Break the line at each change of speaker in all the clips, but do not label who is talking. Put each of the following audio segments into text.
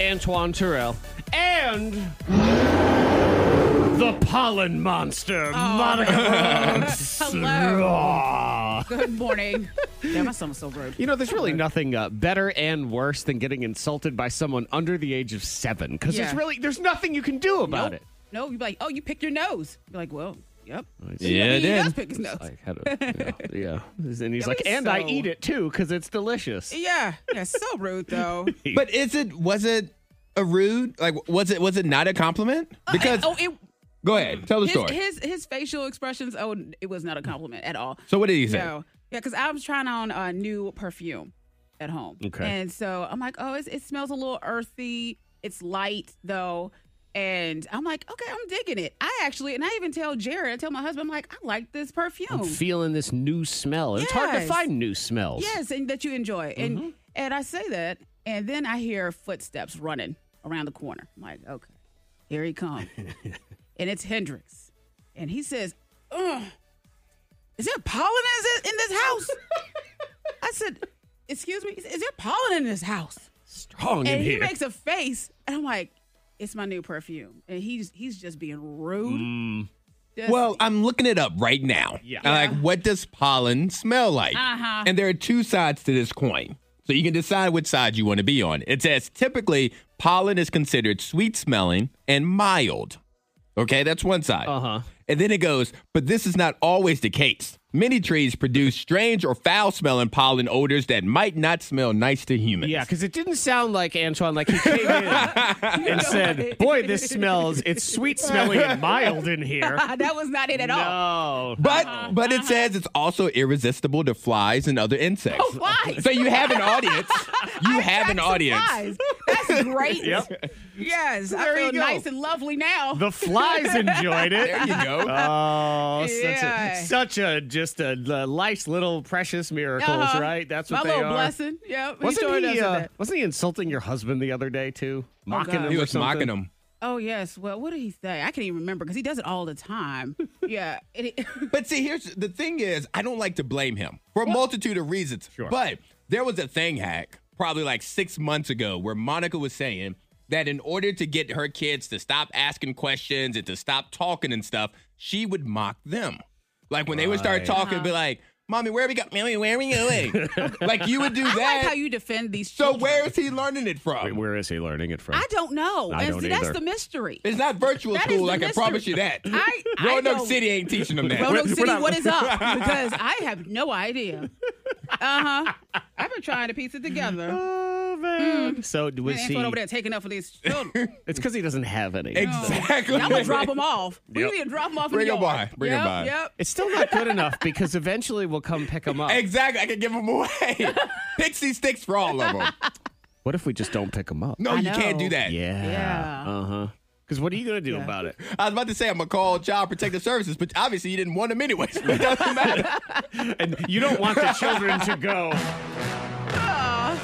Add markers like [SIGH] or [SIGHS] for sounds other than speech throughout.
Antoine Terrell, and the pollen monster, Monica Brooks. Hello.
Good morning. [LAUGHS] Damn, my stomach's so rude.
You know, there's really nothing uh, better and worse than getting insulted by someone under the age of seven because there's
Yeah.
really there's nothing you can do about it.
No, you'd be like, oh, you picked your nose. You're like, well, yep.
Yeah, it
he
did.
does pick his nose.
Like, how do, you
[LAUGHS]
know, yeah, and he's like,
was
and I
so-
eat it too because it's delicious.
yeah, yeah, so rude
[LAUGHS]
though. Uh,
But is it was it a rude like was it was it not a compliment? Because
oh, it,
go ahead, tell the
his,
story.
his his facial expressions. Oh, it was not a compliment at all.
so what did he say?
No, yeah, because I was trying on a new perfume at home.
Okay.
And so I'm like, oh, it's, it smells a little earthy. It's light though. And I'm like, okay, I'm digging it. I actually, and I even tell Jared, I tell my husband, I'm like, I like this perfume.
I'm feeling this new smell. and It's hard to
Yes.
find new smells.
Yes, and that you enjoy. And
Mm-hmm.
and I say that, and then I hear footsteps running around the corner. I'm like, okay, here he comes.
[LAUGHS]
and it's Hendrix. And he says, Ugh, is there pollen in this, in this
[LAUGHS]
house? I said, excuse me? He said, Is there pollen in this house?
Strong in
and he
here.
makes a face, and I'm like, it's my new perfume. And he's he's just being rude.
Mm.
[LAUGHS] Just-
Well, I'm looking it up right now.
Yeah.
I'm Like, what does pollen smell like? Uh-huh. And there are two sides to this coin. So you can decide which side you want to be on. It says typically pollen is considered sweet smelling and mild. Okay, that's one side.
Uh-huh.
And then it goes, but this is not always the case. Many trees produce strange or foul smelling pollen odors that might not smell nice to humans.
yeah, because it didn't sound like Antoine. Like he came in
[LAUGHS]
and said, "Boy, this smells. It's sweet smelling and mild in here."
[LAUGHS] that was not it at all.
No,
But
Uh-huh.
but it says it's also irresistible to flies and other insects.
Oh, flies.
So you have
[LAUGHS]
an audience. You have an
That's
audience.
surprise. That's
[LAUGHS]
great.
Yep.
Yes, I
There you
feel
go.
nice and lovely now.
the flies enjoyed it.
There you
[LAUGHS]
go.
Oh,
Yeah.
such a such a just a the life's little precious miracles,
Uh-huh.
right? That's
my
what they are.
little blessing. Yep.
Wasn't
sure
he,
does
uh,
that. Oh,
wasn't he insulting your husband the other day too? Mocking
God.
him.
he
or
was
something?
mocking them.
Oh yes. Well, what did he say? I can't even remember because he does it all
[LAUGHS]
the time. yeah. And it- [LAUGHS]
But see, here's the thing is, I don't like to blame him for a multitude of reasons.
Sure.
But there was a thing hack probably like six months ago where Monica was saying that in order to get her kids to stop asking questions and to stop talking and stuff, she would mock them. Like when they would start talking, be
Uh-huh.
like, Mommy, where we go? Mommy, where we going?
[LAUGHS]
like you would do
I like
that.
how you defend these.
so
children.
where is he learning it from?
Wait, where is he learning it from?
I don't know.
I
And
don't
see, that's
either.
the mystery.
it's not virtual
That is
school,
the
like
mystery.
I promise you that.
[LAUGHS]
[LAUGHS]
I, I
Roanoke
don't,
City ain't teaching them that.
Roanoke
We're- we're
City,
not-
what is up?
[LAUGHS]
Because I have no idea. Uh
[LAUGHS]
huh. I've been trying to piece it together.
oh man. So was
Man,
he?
Antoine Mm-hmm. over there taking up for
[LAUGHS]
these children.
It's because he doesn't have any.
[LAUGHS]
Exactly.
I'm gonna drop them off. We
Yep.
need to drop them off.
Bring
in the
'em
yard.
by. Bring 'em
yep,
by.
Yep.
It's still not good enough because eventually we'll come pick him up.
Exactly. I could give them away. Pixie sticks for all of them.
What if we just don't pick him up?
No,
I
you can't
know.
do that.
Yeah.
Yeah.
Uh huh. Because what are you gonna do about it?
I was about to say I'm gonna call Child Protective Services, but obviously you didn't want them anyways. It doesn't matter.
And you don't want the children to go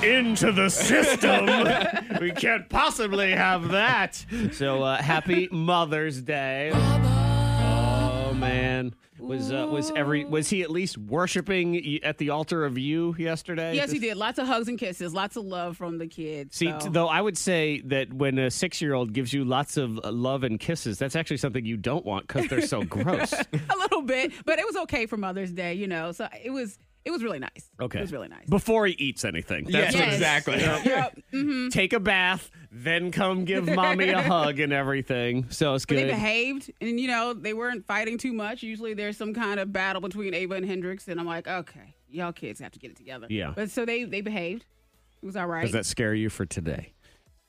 into the system. we can't possibly have that. So uh, happy Mother's Day. Oh man, was uh, was every was he at least worshiping y- at the altar of you yesterday?
Yes, he
Just-
did. Lots of hugs and kisses. Lots of love from the kids.
See,
so.
t- though I would say that when a six-year-old gives you lots of uh, love and kisses, that's actually something you don't want because they're
[LAUGHS]
so gross.
[LAUGHS] a little bit, but it was okay for Mother's Day, you know. So it was it was really nice.
Okay,
it was really nice.
Before he eats anything, that's
Yes,
what it is.
exactly.
Yep.
take a bath, then come give mommy
[LAUGHS]
a hug and everything. So it's
But they
good.
behaved, and you know they weren't fighting too much. Usually there's some kind of battle between Ava and Hendrix, and I'm like, okay, y'all kids have to get it together.
Yeah.
But so they they behaved. It was all right.
Does that scare you for today?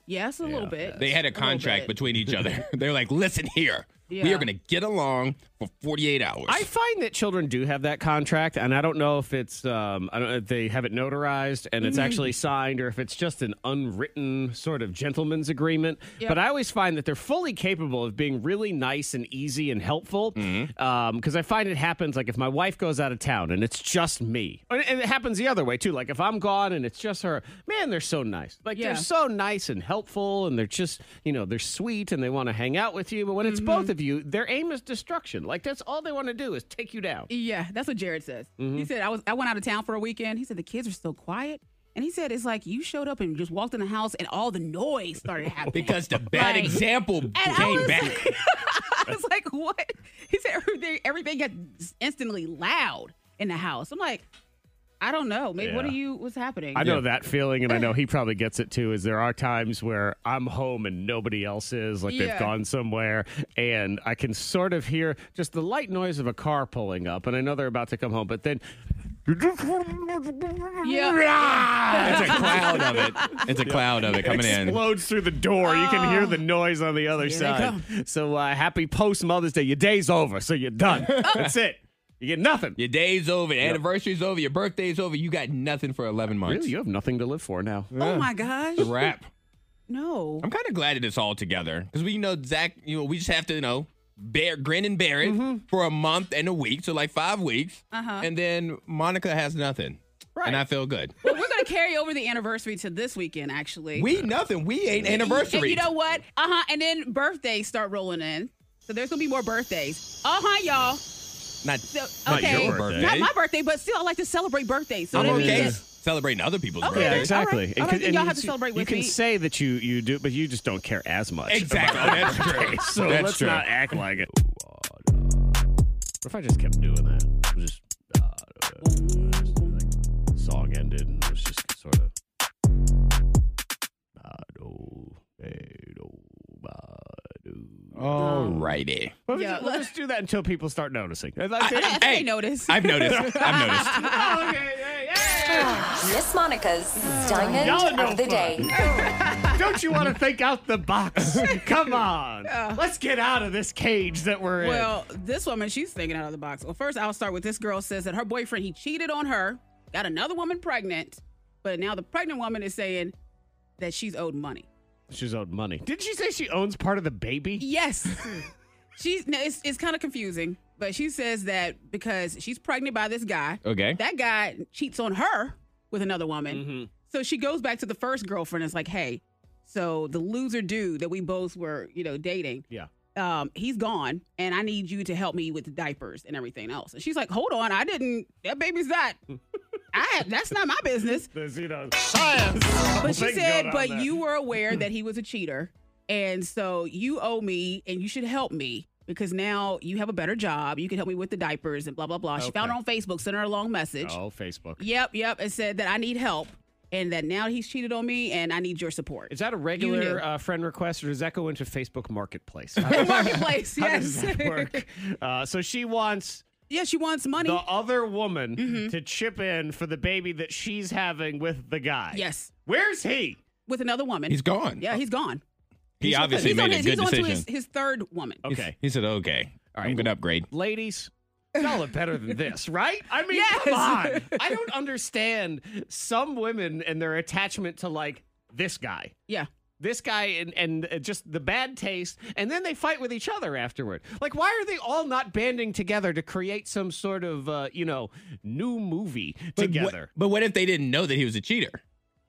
yes, a little bit.
They had a
little
contract
bit.
between each other. They're like, listen here. We are
Yeah.
going to get along for 48 hours.
I find that children do have that contract, and I don't know if it's um, I don't if they have it notarized and
Mm-hmm.
it's actually signed, or if it's just an unwritten sort of gentleman's agreement.
Yep.
But I always find that they're fully capable of being really nice and easy and helpful, because
Mm-hmm.
I find it happens like if my wife goes out of town and it's just me, and and it happens the other way too. Like if I'm gone and it's just her, man, they're so nice. Like
Yeah.
they're so nice and helpful, and they're just you know they're sweet and they want to hang out with you. But when it's
Mm-hmm.
both of you, their aim is destruction. Like that's all they want to do is take you down.
Yeah, that's what Jared says.
Mm-hmm.
He said I was I went out of town for a weekend. He said the kids are so quiet, and he said it's like you showed up and just walked in the house and all the noise
[LAUGHS]
started happening.
because the bad
Right.
example
I
came
was-
back.
[LAUGHS] I was like, what? He said everything everything got instantly loud in the house. I'm like, I don't know. Maybe what
Yeah.
are you? What's happening?
I know that feeling, and I
[LAUGHS]
know he probably gets it too. Is there are times where I'm home and nobody else is, like they've
Yeah.
gone somewhere, and I can sort of hear just the light noise of a car pulling up, and I know they're about to come home, but then
Oh
It's a cloud of it. It's a cloud of it coming in.
explodes through the door. You can hear the
Ah.
noise on the other side. So uh, happy post Mother's Day. Your day's over, so you're
[LAUGHS]
done. That's it. You get nothing.
Your day's over, your anniversary's over, your birthday's over. You got nothing for 11 months.
Really, you have nothing to live for now.
Oh my gosh.
Wrap.
No.
I'm kind of glad that it's all together because we you know Zach. You know we just have to you know bear grin and bear it
Mm-hmm.
for a month and a week, so like five weeks, uh-huh. and then Monica has nothing,
Right.
and I feel good.
Well, we're gonna carry over the anniversary to this weekend, actually.
we nothing. We ain't
And
anniversary.
you know what? Uh huh. And then birthdays start rolling in. So there's gonna be more birthdays. Uh huh, y'all.
not,
So,
not
okay.
your birthday.
Not my birthday, but still, I like to celebrate birthdays. So
I'm
that means
okay
that-
celebrating other people's
Okay.
Yeah,
All right.
birthdays.
exactly.
All right,
And
then
and
y'all
you
have to
s-
celebrate
You
with
can
me.
say that you you do, but you just don't care as much.
Exactly. Oh, [LAUGHS] that's true.
[LAUGHS]
So
That's
let's
true.
not act like it. What if I just kept doing that? It was just uh, like, song ended and it was just uh, sort of.
Alrighty.
Well,
Yeah,
yeah, let's just do that until people start noticing. That's it.
I think I noticed.
I've noticed. I've noticed.
Oh,
[SIGHS] Miss Monica's diamond
Y'all are no
of the
fun. [LAUGHS]
day.
Don't you want to think out the
[LAUGHS]
box? Come on. Let's get out of this cage that we're in.
Well, this woman, she's thinking out of the box. Well, first, I'll start with this girl says that her boyfriend, he cheated on her, got another woman pregnant, but now the pregnant woman is saying that she's owed money.
She's owed money. Didn't she say she owns part of the baby?
Yes. she's, no, it's, it's kind of confusing, but she says that because she's pregnant by this guy, [LAUGHS]
Okay.
that guy cheats on her with another woman.
Mhm.
So she goes back to the first girlfriend and is like, hey, so the loser dude that we both were, you know, dating,
Yeah.
um, he's gone, and I need you to help me with the diapers and everything else. And she's like, "Hold on, I didn't. That baby's not. I that's not my business."
There's, you know, [LAUGHS] science.
But she
Thing
said,
going on
"But
there.
you were aware that he was a cheater, and so you owe me, and you should help me because now you have a better job. You can help me with the diapers and blah blah blah." She found her on Facebook, sent her a long message.
Oh, Facebook.
Yep, yep, and said that I need help, and that now he's cheated on me, and I need your support. [LAUGHS]
Is that a
You knew.
regular uh, friend request or does that go into Facebook
[LAUGHS]
Marketplace?
marketplace?
How
yes.
does that work? Uh, so she wants
[LAUGHS] yeah, she wants money.
the other woman
Mm-hmm.
to chip in for the baby that she's having with the guy.
yes,
Where's he?
with another woman.
He's gone.
Yeah, he's gone.
He obviously
he's
made
on
a
his,
good
he's
decision.
on to his, his third woman.
Okay.
He said, okay. All right. I'm going to upgrade.
Ladies, y'all are better than this, right? I mean,
Yes.
come on. I don't understand some women and their attachment to like this guy.
Yeah.
This guy and, and uh, just the bad taste, and then they fight with each other afterward. Like, why are they all not banding together to create some sort of, uh, you know, new movie together?
But what, but what if they didn't know that he was a cheater?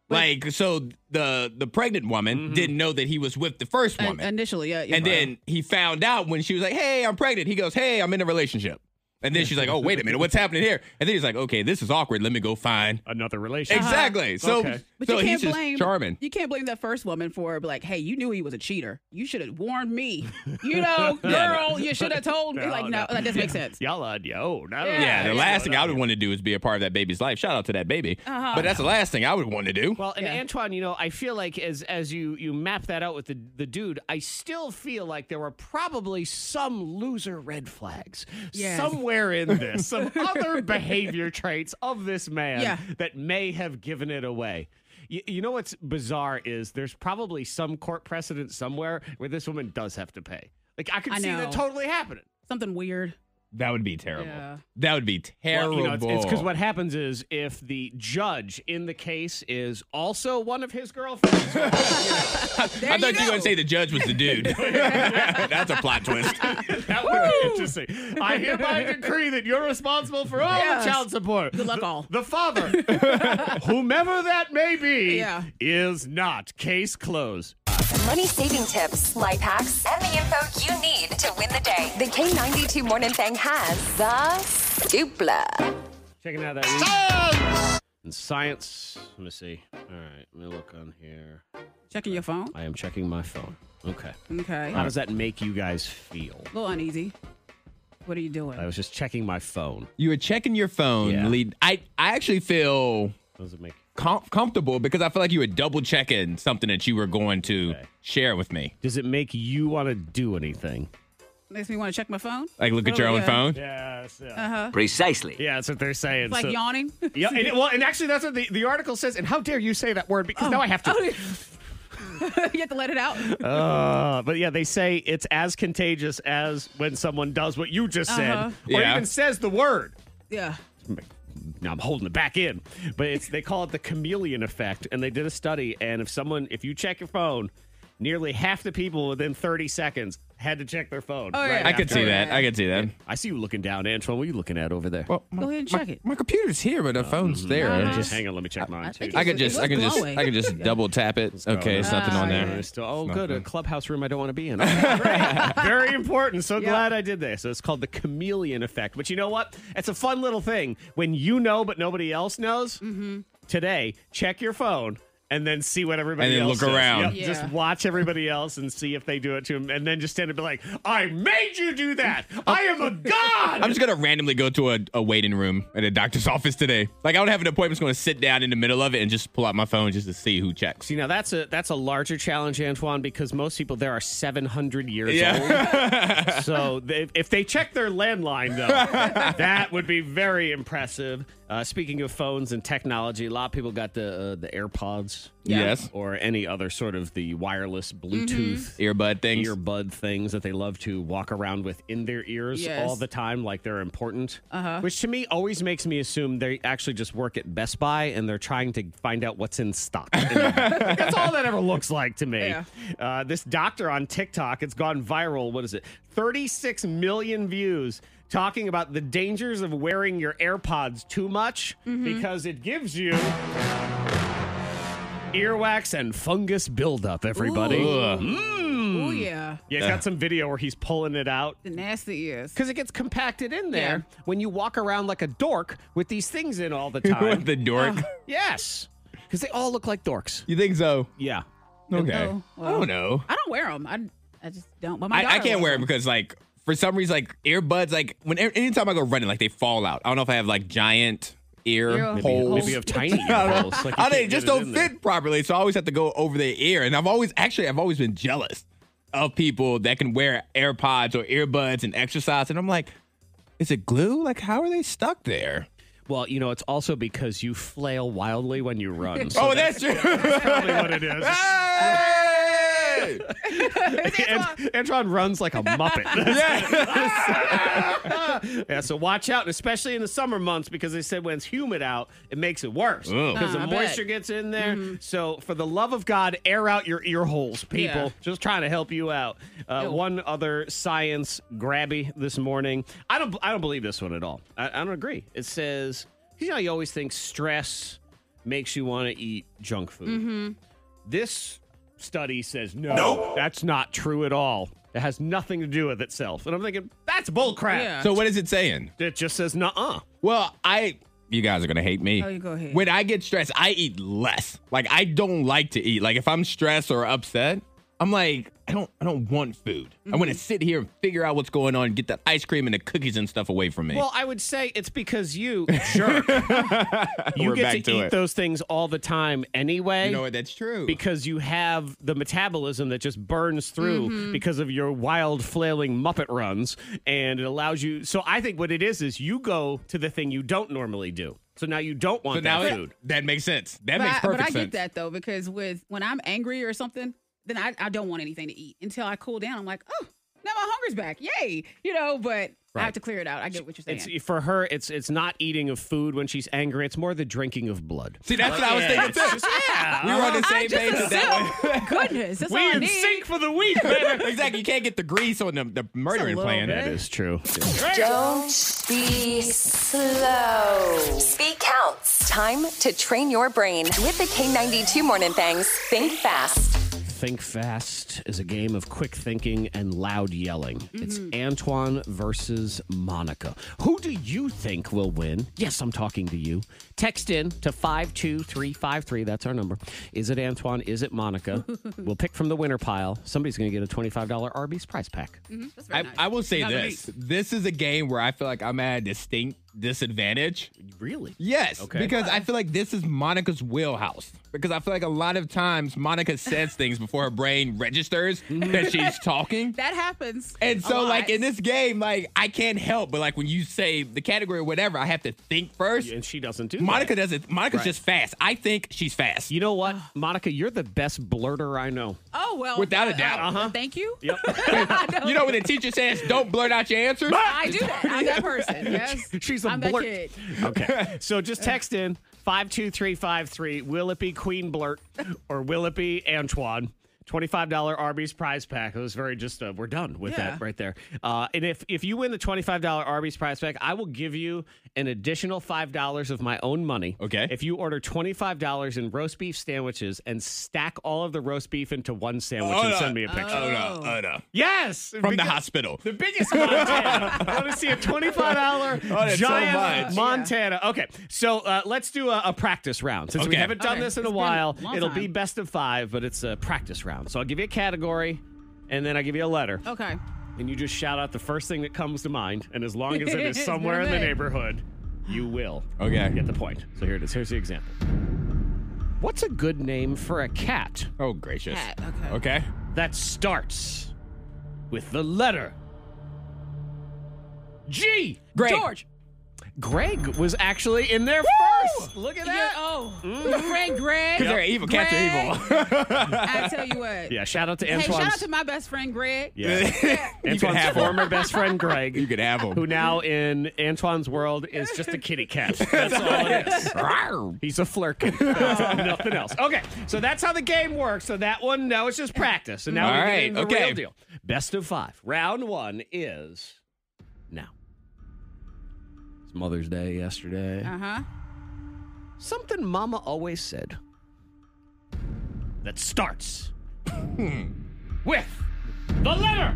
like so the the pregnant woman
Mm-hmm.
didn't know that he was with the first
Uh,
woman. And,
initially, yeah. yeah.
then he found out when she was like, "Hey, I'm pregnant." He goes, "Hey, I'm in a relationship." And then she's like, "Oh, wait a minute. What's happening here?" And then he's like, "Okay, this is awkward. Let me go find."
Another relationship.
Exactly. So
Okay.
Uh-huh. but
so
you can't
he's
blame
just charming.
You can't blame that first woman for like, hey, you knew he was a cheater. You should have warned me. You
[LAUGHS]
know,
Yeah,
girl, you should have told
[LAUGHS]
me. Like, no,
[LAUGHS]
that doesn't make sense.
Y'all on your own. I don't
Yeah.
know
Yeah, the
what's
last
going
thing I
on
would
here.
want to do is be a part of that baby's life. Shout out to that baby.
Uh-huh.
But that's the last thing I would want to do.
Well, and
Yeah.
Antoine, you know, I feel like as as you you map that out with the the dude, I still feel like there were probably some loser red flags
Yes.
somewhere in this,
[LAUGHS]
some other behavior traits of this man
Yeah.
that may have given it away. You, you know what's bizarre is there's probably some court precedent somewhere where this woman does have to pay. Like I could
I
see that
know.
totally happening.
Something weird.
That would be terrible.
Yeah.
That would be
Well,
terrible.
you know, it's- it's because what happens is if the judge in the case is also one of his girlfriends,
There
I thought you
go.
were going to say the judge was the dude. That's a plot twist.
that would be interesting. I
[LAUGHS]
hereby decree that you're responsible for all
Yes.
the child support. Good
luck all.
The father, [LAUGHS] whomever that may be,
Yeah.
is not. Case closed.
Money saving tips, life hacks, and the info you need to win the day. The K92 Morning Thing has the dupla.
Checking out that science and science. Let me see. All right, let me look on here.
Checking your phone.
I am checking my phone. Okay.
Okay.
How does that make you guys feel?
a little uneasy. What are you doing?
I
Uh,
was just checking my phone.
You were checking your phone.
Yeah.
Lead. I, I actually feel
How does it make?
com- comfortable because I feel like you were double checking something that you were going to
Okay.
share with me.
Does it make you want to do anything?
Makes me want to check my phone.
Like look at your
Really,
own
uh,
phone.
Yes. Yeah.
Precisely.
yeah, that's what they're saying.
Uh-huh. Like
So-
yawning.
yeah, and it- well, and actually, that's what the, the article says. And how dare you say that word? Because
Oh.
now I have to.
[LAUGHS] you [LAUGHS] have to let it out.
Uh, but yeah, they say it's as contagious as when someone does what you just
Uh-huh.
said, or
Yeah.
even says the word.
Yeah.
now I'm holding it back in, but it's they call it the chameleon effect, and they did a study, and if someone, if you check your phone, nearly half the people within 30 seconds had to check their phone.
Oh, yeah.
right
I could
after.
see that. I could see that.
I see you looking down, Antoine. What are you looking at over there?
Well, my,
Go ahead and
my-
check it.
My computer's here, but the phone's there.
Uh,
I
just
Just,
hang on, let me check mine too.
think
I
it was-
could just,
it
I could
was
just,
glowing.
I could just double tap it. Okay, it's nothing on there.
Still- oh,
It's
good. A
nothing.
clubhouse room I don't want to be
[LAUGHS]
in. Okay, great. Very important. So glad I did this. So it's called the chameleon effect. But you know what? It's a fun little thing when you know, but nobody else knows. Today, check your phone and then see what everybody
And then
else
look
does.
around.
Yep, Just
Yeah.
watch everybody else and see if they do it to them, and then just stand and be like, "I made you do that. I am a god."
Oh. I'm just gonna randomly go to a, a waiting room at a doctor's [LAUGHS] office today. Like I don't have an appointment. I'm just gonna sit down in the middle of it and just pull out my phone just to see who checks.
See now that's a that's a larger challenge, Antoine, because most people there are seven hundred years old. so they, if they check their landline, though, that would be very impressive. Uh, speaking of phones and technology, a lot of people got the uh, the AirPods,
Yeah. Yes.
or any other sort of the wireless Bluetooth.
Earbud things.
Earbud things that they love to walk around with in their ears
Yes.
all the time, like they're important. Uh-huh. Which to me always makes me assume they actually just work at Best Buy and they're trying to find out what's in stock. That's all that ever looks like to me.
Yeah.
Uh, this doctor on TikTok, it's gone viral. What is it? 36 million views talking about the dangers of wearing your AirPods too much because it gives you earwax and fungus buildup, everybody. Mm-hmm.
Hmm.
Oh yeah.
Yeah, he's got some video where he's pulling it out
The nasty ears.
because it gets compacted in there when you walk around like a dork [LAUGHS] with these things in all the time.
the
Ah.
dork.
yes, because they all look like dorks.
you think so?
Yeah.
Okay.
Oh,
I
well.
don't know.
I don't wear them. I, I just don't. But my
I, I
daughter wears
can't wear it
'em.
because like for some reason like earbuds like when e-, anytime I go running like they fall out. I don't know if I have like giant ear
Ear Maybe-
holes.
Maybe you have
[LAUGHS]
tiny earholes. Like you
I
can't
Oh. they
get
just
it in
don't
there.
fit properly, so I always have to go over their ear. And I've always actually I've always been jealous of people that can wear AirPods or earbuds and exercise. And I'm like, is it glue? Like how are they stuck there?
Well, you know, it's also because you flail wildly when you
[LAUGHS]
run. So
oh, that's
[LAUGHS]
true. [LAUGHS]
probably what it is.
Hey!
[LAUGHS] and, Antron runs like a
[LAUGHS]
muppet. [LAUGHS] yeah, so watch out, and especially in the summer months, because they said when it's humid out, it makes it worse
Ooh.
because the
Ah, I
moisture
bet. Mm-hmm.
gets in there. So, for the love of God, air out your ear holes, people.
Yeah.
Just trying to help you out. Uh,
Ew.
one other science grabby this morning. I don't. I don't believe this one at all. I, I don't agree. It says, you know, you always think stress makes you want to eat junk food. This study says no, that's not true at all. It has nothing to do with itself. And I'm thinking, that's bullcrap.
Yeah.
so what is it saying?
It just says nuh-uh.
Well, I you guys are gonna hate me.
Oh, you go ahead.
When I get stressed, I eat less. Like I don't like to eat. Like if I'm stressed or upset, I'm like I don't I don't want food. I
Mm-hmm.
want to sit here and figure out what's going on, and get that ice cream and the cookies and stuff away from me.
Well, I would say it's because
[LAUGHS]
you jerk. you
We're
get
back
to,
to
eat
it.
those things all the time anyway.
you know what? That's true.
because you have the metabolism that just burns through because of your wild flailing muppet runs and it allows you so i think what it is is you go to the thing you don't normally do so now you don't want
so now
that
it-
food
that makes sense. That
But
makes
I,
perfect
but I
sense.
get that though because with when I'm angry or something, then I, I don't want anything to eat until I cool down. I'm like, oh, now my hunger's back. Yay. You know, but I have
Right.
to clear it out. I get what you're saying.
e-
It's for her. It's it's not eating of food when she's angry. It's more the drinking of blood.
See, that's what I was thinking
[LAUGHS]
it's
too. We were on the
I
same
just
page with that one. [LAUGHS]
assume. Goodness, that's all
we
I
in
need.
sync for the
[LAUGHS]
week. baby.
exactly. You can't get the grease on the, the murdering
little
plan.
bit.
that is true.
Don't be slow. Speed counts. Time to train your brain with the K92 Morning Thangs. Think fast.
Think Fast is a game of quick thinking and loud yelling. It's
Mm-hmm.
Antoine versus Monica. Who do you think will win? Yes, I'm talking to you. Text in to 52353. That's our number. Is it Antoine? Is it
[LAUGHS]
Monica? we'll pick from the winner pile. Somebody's going to get a $25 Arby's prize pack.
That's very
I,
nice.
I will say
Not
this.
elite.
This is a game where I feel like I'm at a distinct disadvantage.
Really?
Yes,
Okay.
because I feel like this is Monica's wheelhouse. Because I feel like a lot of times Monica [LAUGHS] says things before her brain registers that she's talking.
That happens.
And
a
so,
lot.
like in this game, like I can't help but like when you say the category or whatever, I have to think first.
And she doesn't do that.
Monica doesn't. Monica's
Right.
just fast. I think she's fast.
You know what,
[SIGHS]
Monica? You're the best blurter I know.
oh well,
Without a
uh,
doubt.
uh, Thank you.
Yep.
[LAUGHS]
[LAUGHS]
I
You know when the teacher says, "Don't blurt out your [LAUGHS] answers."
I do that. I'm
[LAUGHS]
that person. Yes,
She's a
I'm
blurt.
that kid.
Okay. So just text in 52353. Will it be Queen Blurt or will it be Antoine? $25 Arby's prize pack. It was very just, uh, we're done with
Yeah.
that right there. Uh, and if, if you win the $25 Arby's prize pack, I will give you an additional $5 of my own money.
Okay.
If you order $25 in roast beef sandwiches and stack all of the roast beef into one sandwich and
no.
send me a picture.
Oh no! Oh no!
Yes.
From the
because-
hospital.
the biggest
[LAUGHS]
Montana. I want to see a twenty-five dollar
that's Oh, so
giant
much.
Montana. Okay, so uh, let's do a, a practice round since we
Okay.
haven't done
Okay.
this in
It's
a
been a
while.
long
it'll be
time.
best of five, but it's a practice round. So I'll give you a category, and then I give you a letter,
Okay.
and you just shout out the first thing that comes to mind. And as long as it is
[LAUGHS] It's
somewhere in the
been a
neighborhood, you will
Okay.
get the point. So here it is. Here's the example. What's a good name for a cat
Oh gracious.
Cat, okay.
Okay.
that starts with the letter G?
Greg.
George.
Greg was actually in there first. Look at
Yeah,
that.
oh, your friend Greg.
Because they're evil. Cats [LAUGHS] are evil.
I tell you what.
Yeah, shout out to
Hey,
Antoine's,
shout out to my best friend Greg.
[LAUGHS] yeah.
you could
Antoine's
have
former
them.
best friend [LAUGHS] Greg,
You could have them.
who now in Antoine's world is just a kitty [LAUGHS] cat. That's all it is.
Rawr.
He's a
[LAUGHS]
flirkin. [LAUGHS] Nothing else. Okay, so that's how the game works. So that one, now it's just practice. And now
All
we
right,
get into the
okay.
real deal. Best of five. Round one is now. It's Mother's Day yesterday.
Uh huh.
Something Mama always said that starts
Hmm.
with the letter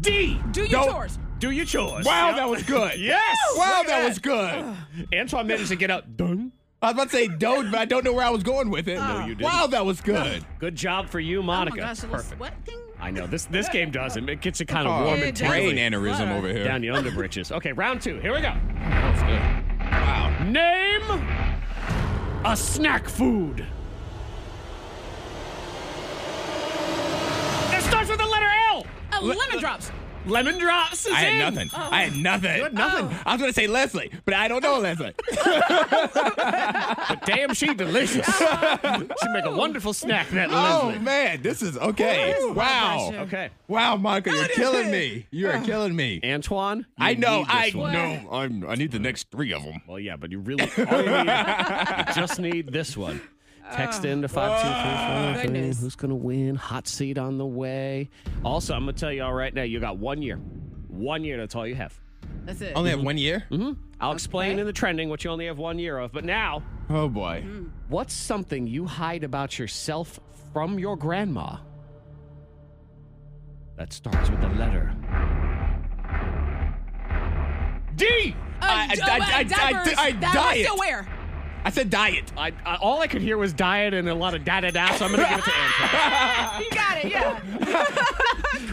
D.
Do your
Don't-
chores.
Do your chores.
Wow,
Yep.
that was good.
Yes!
Wow,
Look at
that was good.
Antoine managed to get out. Dun.
I was about to say don't, but I don't know where I was going with it. No, you didn't. Wow, that was good.
Good job for you,
Oh my
Monica.
gosh, it was
Perfect.
sweating.
I know this. This game doesn't. It gets you kind
Oh.
of warm
it
and
does.
tingly
brain aneurysm over here.
down your underbritches. Okay, round two. Here we go.
That was good. Wow.
Name a snack food. It starts with the letter L.
Uh, lemon drops.
Lemon drops. Is
I
in.
had nothing. I had nothing.
had nothing.
I was gonna say Leslie, but I don't know Leslie.
But damn, she
[LAUGHS]
delicious. she make a wonderful snack. That
oh
Leslie.
man, this is okay.
Ooh, blood
wow.
pressure.
Okay,
Wow, Monica, you're killing me. You are killing me.
Antoine. you
I know.
need this
I
one.
know. I'm, I need the next three of them.
Well, yeah, but you really all you need, you just need this one. Text in to five two three five.
Goodness.
Who's gonna win? Hot seat on the way. Also, I'm gonna tell y'all right now. You got one year. One year. That's all you have.
That's it.
Only have one year.
I'll explain in the trending what you only have one year of. But now,
Oh boy.
what's something you hide about yourself from your grandma? That starts with the letter.
D. I- I- I- I- I-
diapers.
I- I
Diapers
diet.
to wear.
I said diet.
I, I, all I could hear was diet and a lot of da da da, so I'm going to give it to Antoine.
You got it.
[LAUGHS]
Yeah.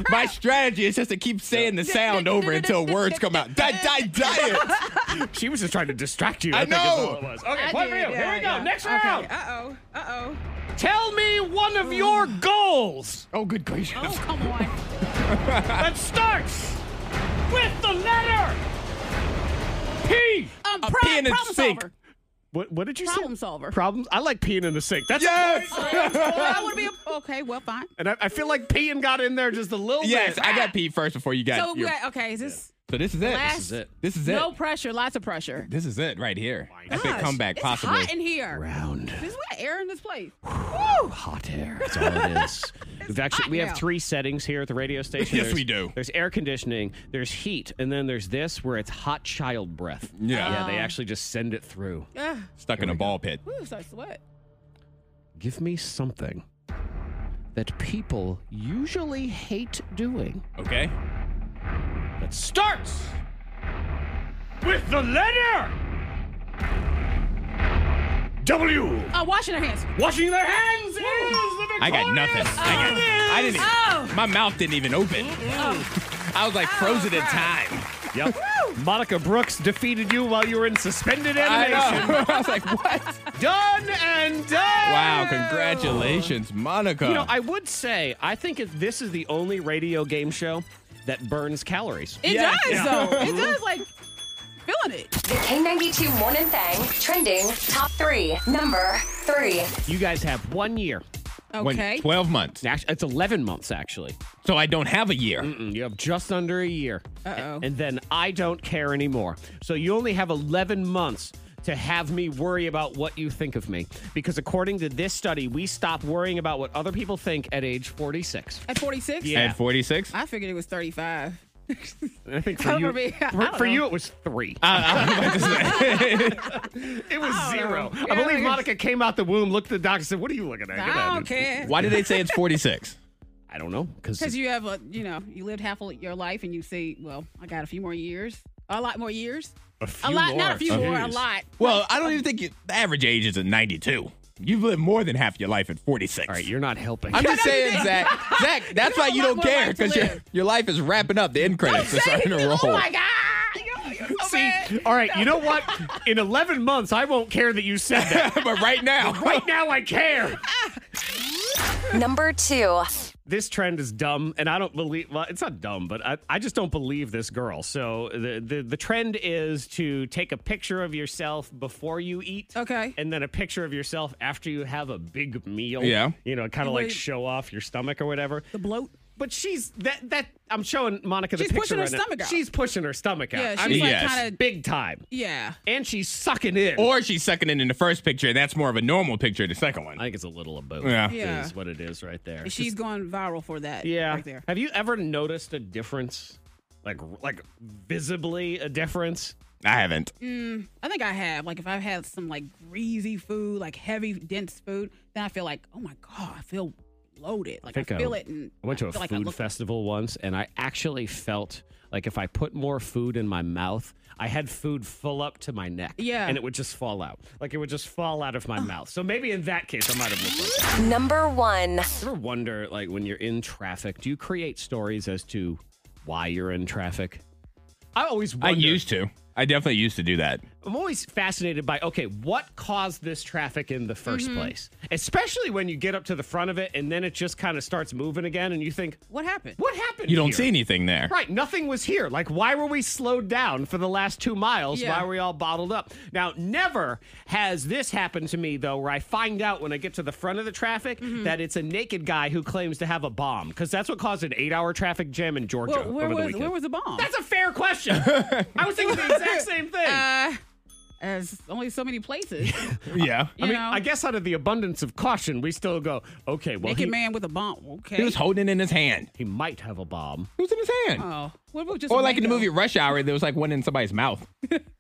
My strategy is just to keep saying the sound over until words come out. Di- di- diet.
She was just trying to distract you. I,
I
think is all
know.
it was. Okay,
I
point
did,
for you. Here
yeah,
we go.
yeah.
Next
Okay.
round.
Uh-oh. Uh-oh.
Tell me one of your goals
[LAUGHS] Oh, good gracious.
Oh, come on.
that starts with the letter P.
Um,
A
pro-
pee in a
Um, problem
sink.
solver.
What, what did you
Problem
say?
solver.
Problems. I like peeing in the sink. That's
Yes!
that would be a, okay. Well, fine.
And I, I feel like peeing got in there just a little
Yes,
bit.
I got pee first before you got
So we
your-
got, okay, is this
So this is it.
last?
is it.
This is it.
No pressure, lots of pressure.
This is it right here. Epic
Gosh,
comeback,
it's
possibly.
hot in here.
Round.
This we got air in this place.
Hot air. That's all it
[LAUGHS]
is. We've actually,
hot
we have
now.
three settings here at the [LAUGHS] radio station.
Yes,
There's-
we do.
There's air conditioning, there's heat, and then there's this where it's hot child breath.
Yeah.
Yeah, they actually just send it through.
Ugh,
Stuck in a ball pit.
ooh, so I sweat.
Give me something that people usually hate doing
Okay.
that starts with the letter W.
Oh, washing our hands.
Washing their hands is the
I got nothing.
victorious
I got. I didn't.
Oh.
My mouth didn't even open. I was like frozen
Oh,
in time.
Yep. Monica Brooks defeated you while you were in suspended animation.
know. [LAUGHS] I was like,
[LAUGHS]
what?
Done and done.
Wow! Congratulations, Monica.
You know, I would say I think if this is the only radio game show that burns calories.
It
Yeah.
does
Yeah.
though. It does like feeling it.
The K92 Morning Thang trending top three. Number three.
You guys have one year.
When-
Okay.
Twelve months.
Actually, it's eleven months actually. Mm,
So I don't have a year.
You have just under a year.
Uh-oh.
And then I don't care anymore. So you only have 11 months to have me worry about what you think of me. Because according to this study, we stop worrying about what other people think at age 46.
At 46?
Yeah.
At forty-six.
I figured it was 35. [LAUGHS]
I think
Tell
for you,
me. [LAUGHS] I
for,
don't
for
know.
you, it was three. it was zero.
know.
I
Yeah,
believe
like-
Monica came out the womb, looked at the doctor, said, "What are you looking at?" Get out
I
of
don't
here."
care.
[LAUGHS] Why do they say it's forty-six?
I don't know
Because you have a, you know, you lived half of your life and you see, well, I got a few more years, a lot more years,
a,
a
few
lot, not a few more, a
Jeez.
lot.
Well, I don't even think you, the average age is at ninety-two. You've lived more than half your life at forty-six.
All right, you're not helping. [LAUGHS]
[LAUGHS]
I'm just saying, Zach. Zach, that's why
have
you
a
don't
lot more
care
life to
because your
live.
your life is wrapping up. The end credits are starting to roll.
[LAUGHS] Oh my God! You're, you're so
See,
bad.
all right, you know what? In 11 months, I won't care that you said
[LAUGHS]
that.
[LAUGHS] but right now,
right now, I care.
Number two.
This trend is dumb, and I don't believe. Well, it's not dumb, but I, I just don't believe this girl. So the, the the trend is to take a picture of yourself before you eat,
Okay.
and then a picture of yourself after you have a big meal.
Yeah.
you know, kind of like
Wait.
show off your stomach or whatever.
The bloat.
But she's that that I'm showing Monica the
She's
picture
pushing her
right now.
stomach out.
She's pushing her stomach out.
Yeah, she's
I mean,
like
Yes.
kind of.
big time,
Yeah.
and she's sucking in.
or she's sucking in in the first picture. and That's more of a normal picture. The second one.
I think it's a little of both.
Yeah.
Yeah.
is what it is right there.
She's gone viral for that.
Yeah.
Right there.
Have you ever noticed a difference? Like like visibly a difference?
I haven't.
I think I have. Like if I've had some like greasy food, like heavy, dense food, then I feel like, oh my God, I feel bloated. Like I,
think I-
feel it. And
I went to a
feel like I
food
look-
festival once and I actually felt like if I put more food in my mouth, I had food full up to my neck.
Yeah.
And it would just fall out. Like it would just fall out of my mouth. So maybe in that case I might have looked like that.
Number one.
You ever wonder like when you're in traffic, do you create stories as to why you're in traffic? I always wonder.
I used to. I definitely used to do that.
I'm always fascinated by okay, what caused this traffic in the 1st
Mm-hmm.
place? Especially when you get up to the front of it and then it just kind of starts moving again, and you think,
What happened?
what happened?
You don't
here?
see anything there.
Right, nothing was here. Like, why were we slowed down for the last two miles?
Yeah.
Why were we all bottled up? Now, never has this happened to me, though, where I find out when I get to the front of the traffic
Mm-hmm.
that it's a naked guy who claims to have a bomb, because that's what caused an eight hour traffic jam in Georgia
Well, where
over the
was
weekend.
where was the bomb?
that's a fair
[LAUGHS]
question. I was thinking the exact same thing.
uh, there's only so many places.
Yeah.
You
I mean,
know?
I guess out of the abundance of caution, we still go, okay, well, he,
naked man with a bomb. Okay.
He was holding it in his hand.
he might have a bomb.
It was in his hand.
oh, what about just
or
a
like in the
mango?
movie Rush Hour, there was like one in
[LAUGHS]
somebody's mouth.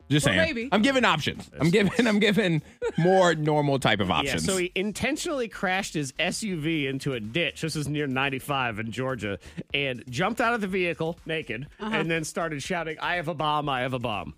Just
Or
saying.
maybe.
I'm giving options. I'm giving. I'm giving more normal type of
Yeah,
options.
so he intentionally crashed his SUV into a ditch. This is near 95 in Georgia and jumped out of the vehicle naked
Uh-huh.
and then started shouting, I have a bomb, I have a bomb.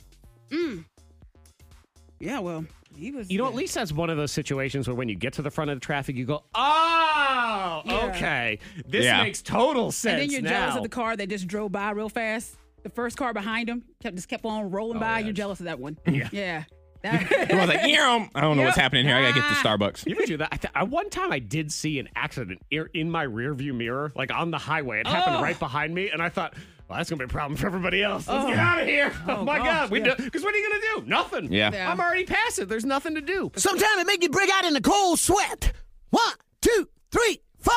Yeah, well, he was.
You know,
yeah.
at least that's one of those situations where when you get to the front of the traffic, you go, oh,
Yeah.
okay. This
Yeah.
makes total sense.
And then you're jealous
now."
of the car that just drove by real fast. The first car behind him kept just kept on rolling by.
yeah,
You're
just-
jealous of that one. Yeah. [LAUGHS] Yeah. That,
I was like, Oh, [LAUGHS] yeah, I don't know what's
Yep.
happening here. I gotta get to
Ah.
Starbucks.
You ever do that? I, th- I one time I did see an accident ear- in my rearview mirror, like on the highway. It happened
Oh.
right behind me, and I thought, Well, that's gonna be a problem for everybody else. Let's get out of here. [LAUGHS] Oh, my
gosh,
God, we
yeah.
because what are you gonna do? Nothing.
Yeah.
Yeah.
I'm already passive. There's nothing to do.
Sometimes it make you break out in a cold sweat. One, two, three, four.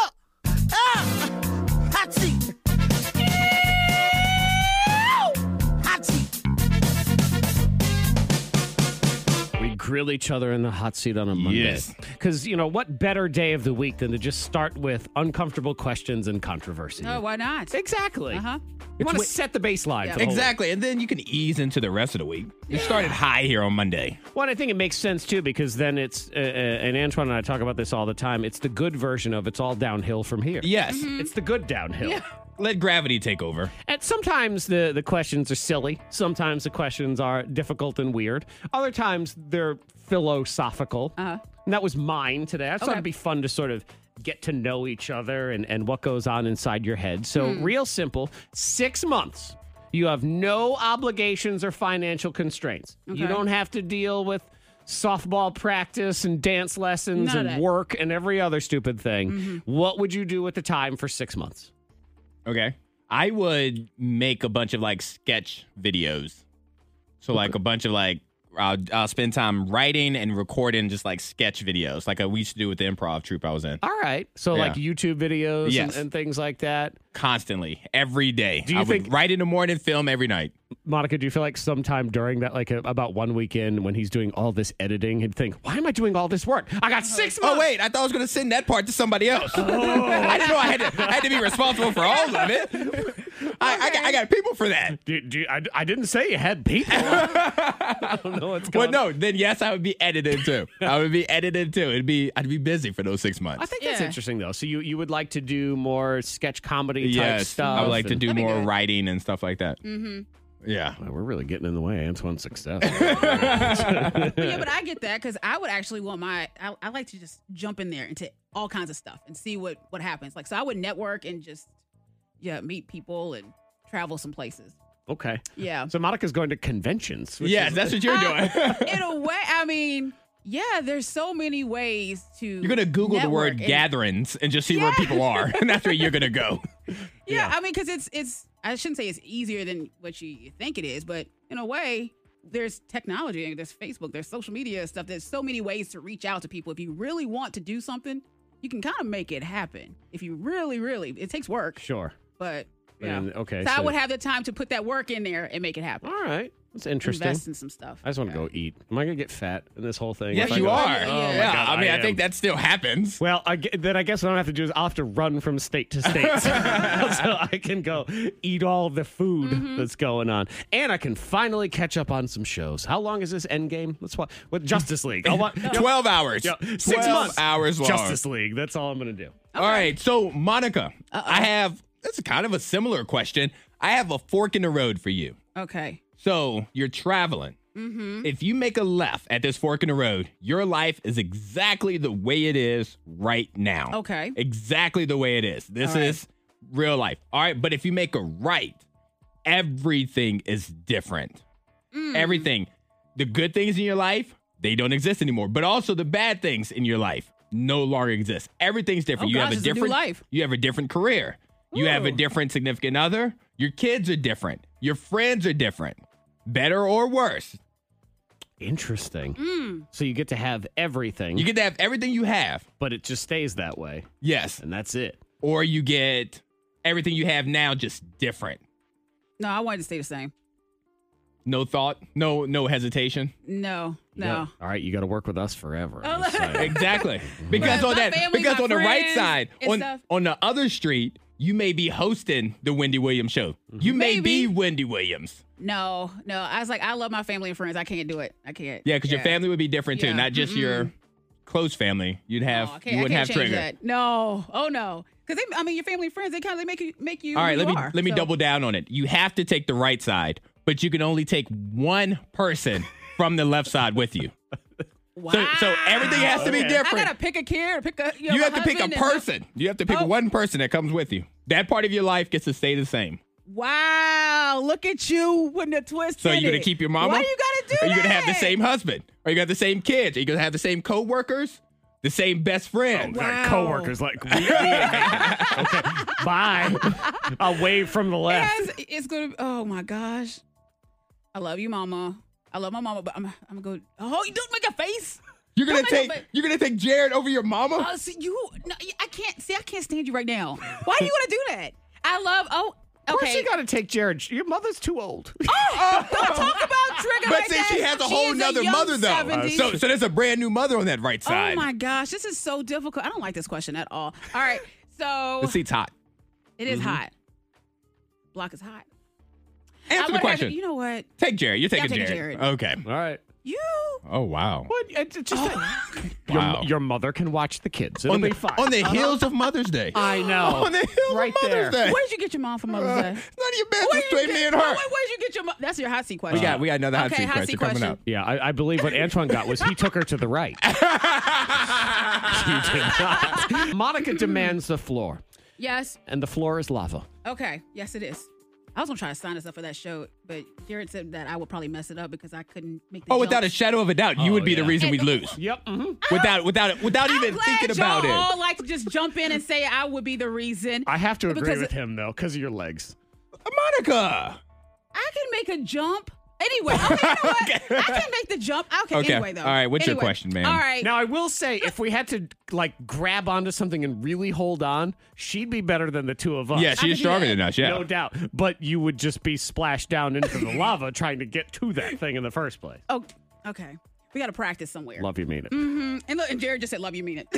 Ah! Hot seat. Ew! Hot seat.
We grill each other in the hot seat on a Monday.
Yes.
Because, you know, what better day of the week than to just start with uncomfortable questions and controversy?
No, Oh, why not? [LAUGHS]
Exactly.
Uh-huh.
You want to
wi-
set the baseline.
Yeah.
for the whole
Exactly. And then you can ease into the rest of the week. You started high here on Monday.
Well, and I think it makes sense too because then it's uh, uh, and Antoine and I talk about this all the time. It's the good version of it's all downhill from here.
Yes.
Mm-hmm.
It's the good downhill.
Let gravity take over.
And sometimes the, the questions are silly. Sometimes the questions are difficult and weird. Other times they're philosophical. Uh-huh. And that was mine today. I just thought it'd be fun to sort of get to know each other and, and what goes on inside your head. So,
Hmm.
real simple six months. You have no obligations or financial constraints. You don't have to deal with softball practice and dance lessons
None of
and
that. Mm-hmm.
work and every other stupid thing. What would you do with the time for six months?
Okay. I would make a bunch of like sketch videos. So like a bunch of like I'll, I'll spend time writing and recording just like sketch videos, like I we used to do with the improv troupe I was in,
All right. So
Yeah.
like YouTube videos and-
Yes.
and, things like that.
constantly every day.
Do you
I would
think-
write in the morning, film every night?
Monica, do you feel like sometime during that, like a, about one weekend when he's doing all this editing, he'd think, why am I doing all this work? I got six months.
Oh wait, I thought I was going to send that part to somebody
[LAUGHS]
else. I didn't know I had to. I had to be responsible for all of it. I, I, got, I got people for that.
Do, do, I, I didn't say you had people. [LAUGHS] I don't know what's going
Well,
on.
no, then yes, I would be edited too. I would be edited too. It'd be I'd be busy for those six months.
I think that's
Yeah.
interesting, though. So you, you would like to do more sketch comedy type
yes,
stuff.
I would like to
and-
do
be
more
good.
writing and stuff like that. Mm-hmm. Yeah.
Wow, we're really getting in the way of Antoine's success.
[LAUGHS]
But yeah, but I get that because I would actually want my. I, I like to just jump in there into all kinds of stuff and see what what happens. Like so, I would network and just yeah, meet people and travel some places.
okay.
Yeah.
So Monica's going to conventions. which
yes,
is-
that's what
[LAUGHS]
you're doing.
in a way, I mean, yeah, there's so many ways to.
you're gonna Google the word
network and-
gatherings and just see where people are, and that's where you're
[LAUGHS]
gonna go.
Yeah, I mean, because it's it's. I shouldn't say it's easier than what you think it is, but in a way, there's technology and there's Facebook, there's social media and stuff. There's so many ways to reach out to people. If you really want to do something, you can kind of make it happen. If you really, really, it takes work,
Sure.
but yeah.
And- okay,
so, I
so-
would have the time to put that work in there and make it happen.
All right. That's interesting.
Invest in some stuff.
I just want to go eat. Am I going to get fat in this whole thing?
yes,
If I
you
go-
are.
Yeah, yeah, yeah.
yeah,
God,
I mean,
I
I,
am.
think that still happens.
Well, I, gue- then I guess what I have to do is I'll have to run from state to
[LAUGHS]
state [LAUGHS] so I can go eat all the food
Mm-hmm.
that's going on. And I can finally catch up on some shows. How long is this Endgame? Let's watch. What, Justice League. I'll
[LAUGHS]
wa- yeah,
Twelve hours.
yeah, six
12
months.
Hours long.
Justice League. That's all I'm going to do.
All right. So, Monica, I have that's kind of a similar question. I have a fork in the road for you.
Okay.
So you're traveling.
Mm-hmm.
If you make a left at this fork in the road, your life is exactly the way it is right now.
Okay.
Exactly the way it is. This
All right.
is real life. All right. But if you make a right, everything is different.
Hmm.
Everything. The good things in your life, they don't exist anymore. But also the bad things in your life no longer exist. Everything's different.
Oh,
you have
gosh,
a
it's a new
different
life.
You have a different career. You have a
Ooh.
different significant other. Your kids are different. Your friends are different. Better or worse.
Interesting. So you get to have everything,
Mm. You get to have everything you have.
but it just stays that way.
Yes.
And that's it.
Or you get everything you have now just different.
No, I wanted to stay the same.
No thought, no no hesitation.
No,
You
no.
got- all right. You got to work with us forever.
Oh.
I'm just saying.
Exactly. Because
But
on
my
that
family,
because
my
on the right
friends
side,
and
on
stuff.
on the other street, you may be hosting the Wendy Williams show. You may
Mm-hmm. Maybe.
be Wendy Williams.
[LAUGHS] No, no. I was like, I love my family and friends. I can't do it. I can't.
Yeah, because your family would be different too,
Yeah.
not just your close family. You'd have
Oh, I can't,
you
I
wouldn't
can't
have
change
trigger.
that. No. Oh no. Because I mean, your family and friends, they kind of they make you make you.
All
who
right, let
you
me
are,
let me
so-
double down on it. You have to take the right side, but you can only take one person from the left side
[LAUGHS]
with you.
Wow.
So, so everything has to be
I
different.
gotta pick a kid or pick a. You, know,
you
my
have to pick a
husband and-
person. You have to pick
Oh.
one person that comes with you. That part of your life gets to stay the same.
Wow! Look at you with the twist.
So
in
you gonna
it.
keep your mama?
Why you gotta do
Are you gonna have the
that?
same husband? Are you gonna have the same kids? Are you gonna have the same co-workers? the same best friend.
Oh,
Our coworkers like we, we okay,
[LAUGHS]
bye. Away from the left.
Yes, it's gonna. Oh my gosh, I love you, Mama. I love my mama, but I'm I'm gonna. Oh, you don't make a face.
You're gonna
Don't make
take
a fa-
you're gonna take Jared over your mama?
Oh, see you. No, I can't. See, I can't stand you right now. Why do you want to do that? I love. Oh, okay. Oh,
Of course you gotta take Jared. Your mother's too old.
Don't talk about trigger.
But
like
see,
that.
she has a whole
is
nother
young
mother though. Uh,
70s.
So so there's a brand new mother on that right
oh
side.
my gosh, this is so difficult. I don't like this question at all. All
[LAUGHS]
right, so
The seat's hot.
it is
Mm-hmm.
hot. Block is hot. I
Answer
would
the
rather-
question.
you know what?
Take Jared. You're
Yeah, I'm
taking
taking
Jared.
Jared.
Okay.
All right.
You.
Oh wow.
What? It's it's just your,
Wow.
your mother can watch the kids. It'll
On
be
the,
fine.
on the
Uh-huh.
heels of Mother's Day.
I know.
[LAUGHS] On the heels
right
of Mother's
there.
Day.
Where did you get your mom from Mother's
[LAUGHS]
Day?
It's none of your business
Where did you
between
get-
me and
no,
her.
wait, where's you get your mom? That's your hot seat question.
We got we got another hot
okay,
seat
hot
question
seat
coming
question.
up.
Yeah, I, I believe what Antoine got was he took her to the
[LAUGHS]
right. he did
[LAUGHS]
not. Monica demands the floor,
Yes.
and the floor is lava.
Okay. Yes, it is. I was gonna try to sign us up for that show, but Jared said that I would probably mess it up because I couldn't make. The
Oh, without a
jokes.
shadow of a doubt, you would be the
yeah.
reason we
[LAUGHS]
lose.
Yep. Mm-hmm.
Without without without
I'm
even
glad
thinking about
y'all
it.
all like to just jump in and say I would be the reason.
I have to agree
Because-
with him though, because of your legs.
Monica.
I can make a jump. Anyway, okay,
[LAUGHS]
you know what? I can make the jump. Okay,
Okay.
anyway though.
All right, what's your
Anyway.
question, ma'am?
All right.
Now I will say, if we had to like grab onto something and really hold on, she'd be better than the two of us.
Yeah, she
can
is
do
stronger
that.
than us. Yeah.
No doubt, but you would just be splashed down into the lava trying to get to that thing in the first place.
oh, okay. We got to practice somewhere.
Love you, mean it.
And look, and Jared just said, "Love you, mean it." [LAUGHS]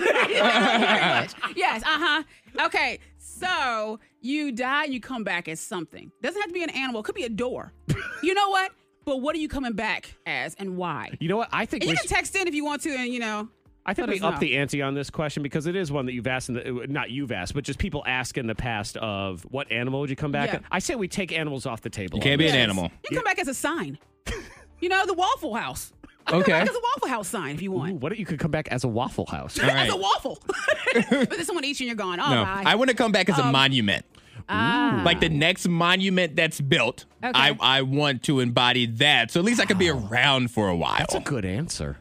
Pretty much. Yes. Uh huh. Okay. So you die, you come back as something. Doesn't have to be an animal. It could be a door. You know what? But what are you coming back as, and why?
You know what? I think
And
we
you
should-
can text in if you want to, and you know.
I think
Let
we
us
up
know.
the ante on this question because it is one that you've asked, in the, uh, not you've asked, but just people ask in the past of what animal would you come back?
Yeah.
I say we take animals off the table.
You can't
on
be
this.
an animal.
You can come back as a
[LAUGHS]
sign. you know, the Waffle House.
Okay.
Come back as a Waffle House sign if you
Ooh,
want.
what if you could come back as a Waffle House?
All right.
As a waffle. [LAUGHS] but then someone eats you and you're gone. Oh,
No,
bye. Ah,
I want to come back as a
Um,
monument. Like the next monument that's built,
Okay.
I, I want to embody that. So at least I could be around for a
[LAUGHS]
while.
That's a good answer.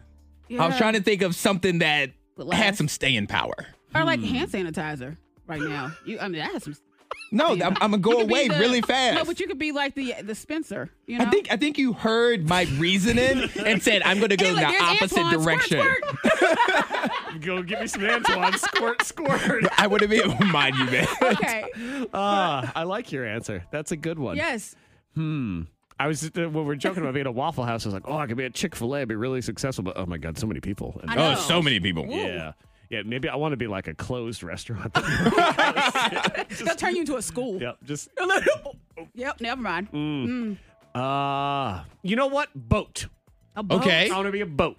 I was trying to think of something that
Would
had
last.
some staying power.
or
Hmm.
like hand sanitizer right now. You, I mean, that has some.
No, I'm, I'm gonna
You
go
could be
away
the-
really fast.
No, but you could be like the the Spencer. You know?
I think I think you heard my reasoning and said I'm gonna go
And
in
you're
the
like, "There's
opposite
Antoine. Squirt,
direction.
squirt."
Go give me some Antoine. squirt, squirt.
I want to be a
[LAUGHS]
monument. [LAUGHS]
Okay.
[LAUGHS] Ah, I like your answer. That's a good one.
Yes.
I was uh, when we were joking about being a Waffle House. I was like, oh, I could be at Chick Fil A, be really successful. But oh my god, so many people. And-
I know.
Oh, so many people.
yeah, yeah. Maybe I want to be like a closed restaurant. [LAUGHS]
They'll turn you into a school.
yep,
[LAUGHS]
just
Yep, Never mind.
uh you know what? Boat.
A boat.
Okay.
I want to be a boat.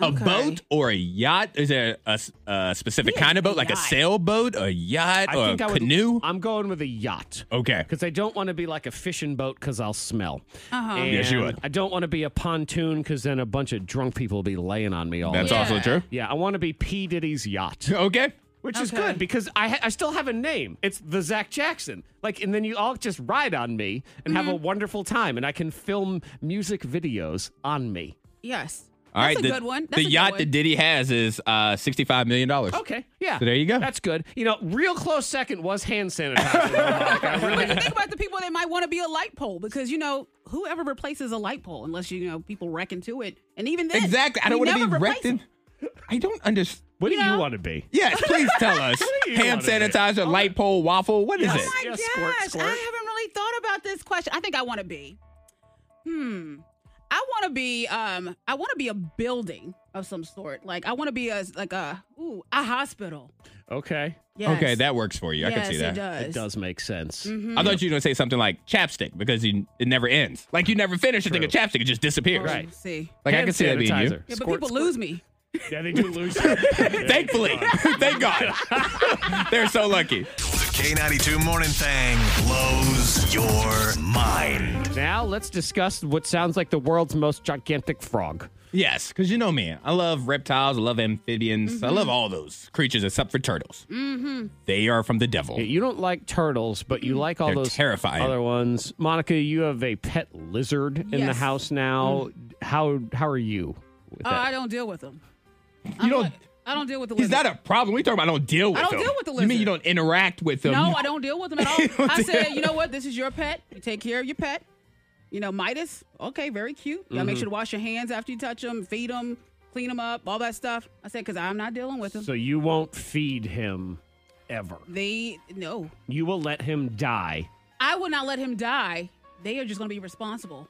A
Okay.
boat or a yacht? Is there a, s- a specific kind of boat, like a
yacht.
sailboat, a yacht,
I
or a
think I would,
Uh, canoe? Oh.
I'm going with a yacht.
Okay.
Because I don't want to be like a fishing boat because I'll smell. Uh-huh.
Yes, you would.
I don't want to be a pontoon because then a bunch of drunk people will be laying on me all
That's
day.
all.
also
Yeah.
true.
Yeah, I want to be P. Diddy's yacht,
Okay.
which is
Okay.
good because I, ha- I still have a name. It's the Zach Jackson. Like, and then you all just ride on me and
Mm-hmm.
have a wonderful time, and I can film music videos on me.
Yes.
All
That's
right.
a
the,
good one. That's
the
a good
yacht
one.
that Diddy has is uh, $65 million.
Okay, yeah.
So there you go.
That's good. You know, real close second was hand sanitizer. though,
[LAUGHS]
Monica. I really-
But think about the people that might want to be a light pole because you know whoever replaces a light pole, unless you know people wreck into it, and even then,
Exactly. I don't
we
want to
never
be
replace
wrecked in.
them.
I don't understand.
What do
You know?
you want to be?
Yes, please
[LAUGHS]
tell us.
do you
Hand
wanna be?
sanitizer, light pole, waffle. What is
Yes.
it?
Oh my
Yeah,
gosh,
squirt, squirt.
I haven't really thought about this question. I think I want to be. Hmm. I want to be. Um. I want to be a building of some sort. Like I want to be a like a ooh a hospital.
Okay,
Yes.
Okay, that works for you. I can
yes,
see that.
It does.
it does make sense.
Mm-hmm.
I thought you were going to say something like chapstick because you, it never ends. Like you never finish a thing of chapstick, it just disappears.
Right.
See.
Like I
Hand
can see that being you.
sanitizer.
Yeah, but
Squirt,
people
squirt.
lose me.
Yeah, they do lose.
[LAUGHS]
Thankfully. [LAUGHS] Thank God. They're so lucky.
The K92 Morning Thang blows your mind.
now let's discuss what sounds like the world's most gigantic frog.
Yes, because you know me. I love reptiles. I love amphibians. I
Mm-hmm.
love all those creatures except for turtles. Mm-hmm. They are from the devil.
You don't like turtles, but you like all
They're
those
terrifying.
other ones. Monica, you have a pet lizard in the
Yes. Mm-hmm.
house now. How how are you? With
Oh,
that?
I don't deal with them.
You don't
I don't deal with the
He's
lizard.
not a problem. We talking about I don't deal with
I don't
him.
deal with the
You mean you
lizard.
don't interact with him?
No,
You-
I don't deal with them at all. I said, you know what? This is your pet. You take care of your pet. You know, Midas. Okay, very cute. Y'all make sure to wash your hands after you touch them, feed them, clean them up, all that stuff. I said, because I'm not dealing with them.
So you won't feed him ever.
they, no.
You will let him die.
I will not let him die. They are just going to be responsible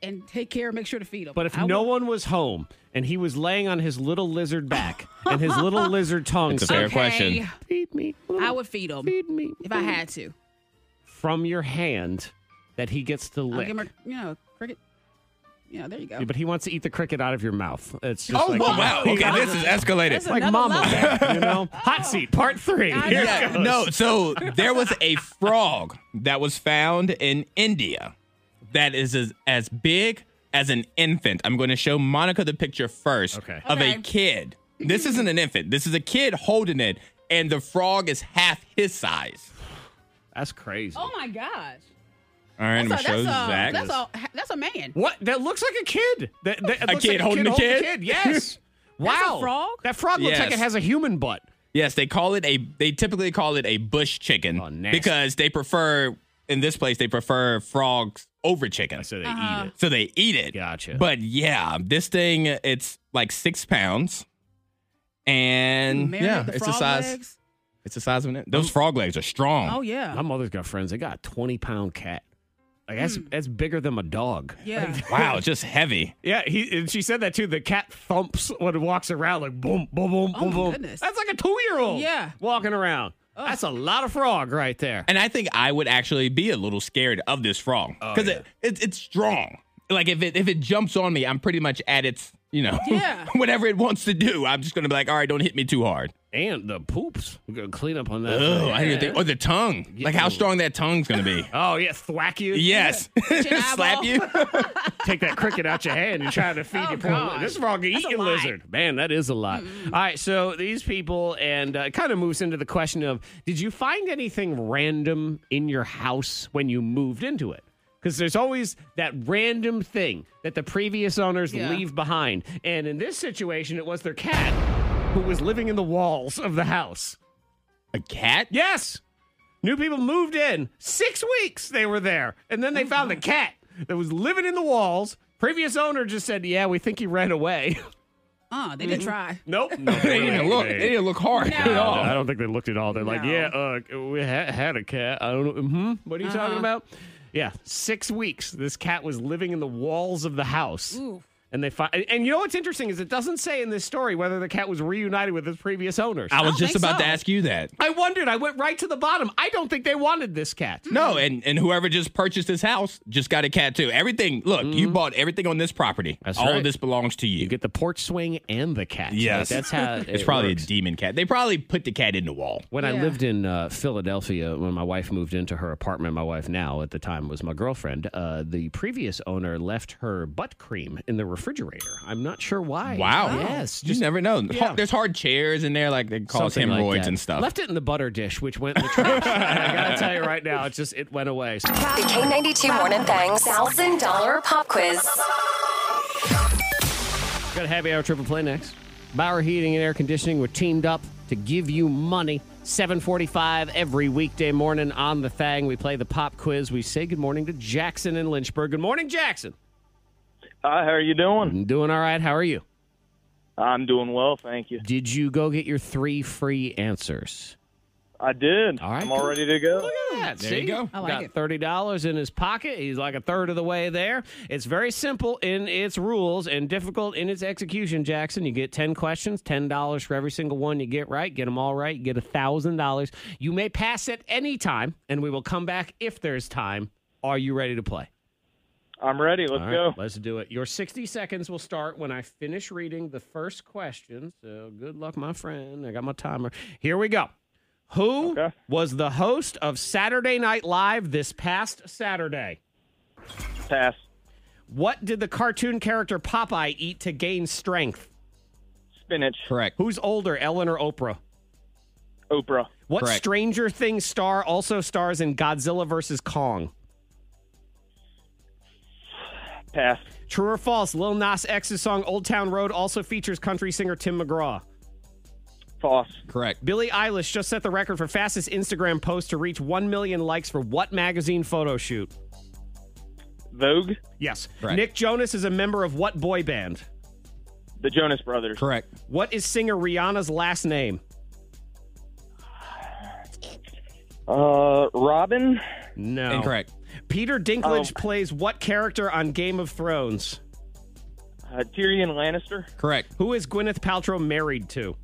and take care and make sure to feed him.
But if
I
no
will-
one was home and he was laying on his little lizard back and his
[LAUGHS]
little lizard tongue
That's a
said,
fair question.
"Feed me,
I would feed him
feed me,"
if I had to.
from your hand that he gets to
I'll
lick.
give him, a, you know, cricket. You know, there you go.
Yeah, but he wants to eat the cricket out of your mouth. It's just
Oh
like,
wow! wow. Okay, this is
That's
escalated.
like
another
mama,
level.
you know. Hot seat part three.
I
Here
know.
it
Yeah,
goes.
no, so there was a frog that was found in India that is as, as big as an infant. I'm going to show Monica the picture first
Okay.
of
Okay.
a kid. This isn't an infant. This is a kid holding it, and the frog is half his size.
that's crazy.
Oh my gosh.
All right, I'm going
That's
to
a,
show
that's, a,
Zach.
that's, a, that's a man.
What? That looks like a kid. That, that, it
A
looks
kid
like
holding a
holding
kid? [LAUGHS]
Yes. wow.
That's a frog?
That frog looks like
Yes.
it has a human butt.
Yes, they call it a. They typically call it a bush chicken
Oh, nasty.
because they prefer in this place they prefer frogs over chicken.
So they
Uh-huh.
eat
So they eat it.
Gotcha.
But yeah, this thing it's like six pounds, and
Married
yeah,
the
it's the
frog
size.
legs.
It's the size of an. Those frog legs are strong.
Oh,
it. My
yeah.
mother's got friends. They got a twenty pound cat. Like that's
Hmm.
that's bigger than a dog.
[LAUGHS]
Yeah.
Wow, just heavy.
Yeah, he and she said that too. The cat thumps when it walks around, like boom, boom, boom,
Oh
boom,
my
boom.
goodness.
That's like a two-year-old.
Yeah.
walking around. That's a lot of frog right there.
And I think I would actually be a little scared of this frog
Oh,
because it, it it's strong. Like if it if it jumps on me, I'm pretty much at its you know
Yeah.
[LAUGHS] whatever it wants to do. I'm just gonna be like, all right, don't hit me too hard.
And the poops. We're gonna clean up on that.
Oh, I didn't think. Or the tongue. Like how strong that tongue's
[LAUGHS]
gonna be.
Oh yeah, thwack you.
yes. [LAUGHS] Slap
eyeball.
you.
[LAUGHS]
Take that cricket out your hand and try to feed
Oh,
your poor.
God.
This frog can eat
a
your
lot.
lizard. Man, that is a lot. All right, so these people, and uh, it kind of moves into the question of: Did you find anything random in your house when you moved into it? Because there's always that random thing that the previous owners
Yeah.
leave behind, and in this situation, it was their cat who was living in the walls of the house.
A cat?
Yes. New people moved in. Six weeks they were there. And then they found the cat that was living in the walls. Previous owner just said, Yeah, we think he ran away.
Uh, they didn't try.
[LAUGHS] nope. [LAUGHS] No,
They didn't even look. They didn't look hard
No.
at all.
I don't think they looked at all. They're like,
No.
Yeah, uh, we ha- had a cat. I don't know. hmm What are you talking about? Yeah, six weeks this cat was living in the walls of the house.
Ooh.
And they find, and you know what's interesting is it doesn't say in this story whether the cat was reunited with its previous owners.
I was
don't
just
think
about to
so.
ask you that.
I wondered. I went right to the bottom. I don't think they wanted this cat.
No, and, and whoever just purchased this house just got a cat too. Everything, look,
Mm-hmm.
you bought everything on this property.
That's
all
right.
of this belongs to you.
You get the porch swing and the cat. Like,
Yes.
that's how
[LAUGHS] it's
it
probably
works.
a demon cat. They probably put the cat in the wall.
When I
Yeah.
lived in uh, Philadelphia, when my wife moved into her apartment, my wife now at the time was my girlfriend. Uh, the previous owner left her butt cream in the refrigerator. I'm not sure why.
Oh.
Wow.
Yes.
you never know. Har-
yeah.
There's hard chairs in there, like they cause
something like
hemorrhoids
that.
and stuff.
Left it in the butter dish, which went in the
[LAUGHS]
trash. I gotta tell you right now, it just it went away. So-
The K92 Morning Thang's $1,000 pop quiz.
Got a happy hour triple play next. Bauer Heating and Air Conditioning were teamed up to give you money. 745 every weekday morning on the thing. We play the pop quiz. We say good morning to Jackson in Lynchburg. Good morning, Jackson.
Hi, how are you doing?
I'm doing all right. How are you?
I'm doing well, thank you.
Did you go get your three free answers?
I did.
All right,
I'm
cool.
all ready to go.
Look at that.
There
see?
you go.
I like
Got
it.
$30 in his pocket. He's like a third of the way there. It's very simple in its rules and difficult in its execution, Jackson. You get 10 questions, $10 for every single one you get right. Get them all right. You get $1,000. You may pass at any time, and we will come back if there's time. Are you ready to play?
I'm ready. Let's
All right,
go.
Let's do it. Your 60 seconds will start when I finish reading the first question. So good luck, my friend. I got my timer. Here we go. Who
Okay.
was the host of Saturday Night Live this past Saturday?
Pass.
What did the cartoon character Popeye eat to gain strength?
Spinach.
Correct.
Who's older, Ellen or Oprah?
Oprah.
What
Correct.
Stranger Things star also stars in Godzilla vs. Kong?
Pass.
True or false, Lil Nas X's song Old Town Road also features country singer Tim McGraw.
False.
Correct.
Billie Eilish just set the record for fastest Instagram post to reach 1 million likes for what magazine photo shoot?
Vogue.
Yes.
Correct.
Nick Jonas is a member of what boy band?
The Jonas Brothers.
Correct.
What is singer Rihanna's last name?
Uh, Robin.
No.
Incorrect.
Peter Dinklage plays what character on Game of Thrones?
Uh, Tyrion Lannister.
Correct.
Who is Gwyneth Paltrow married to?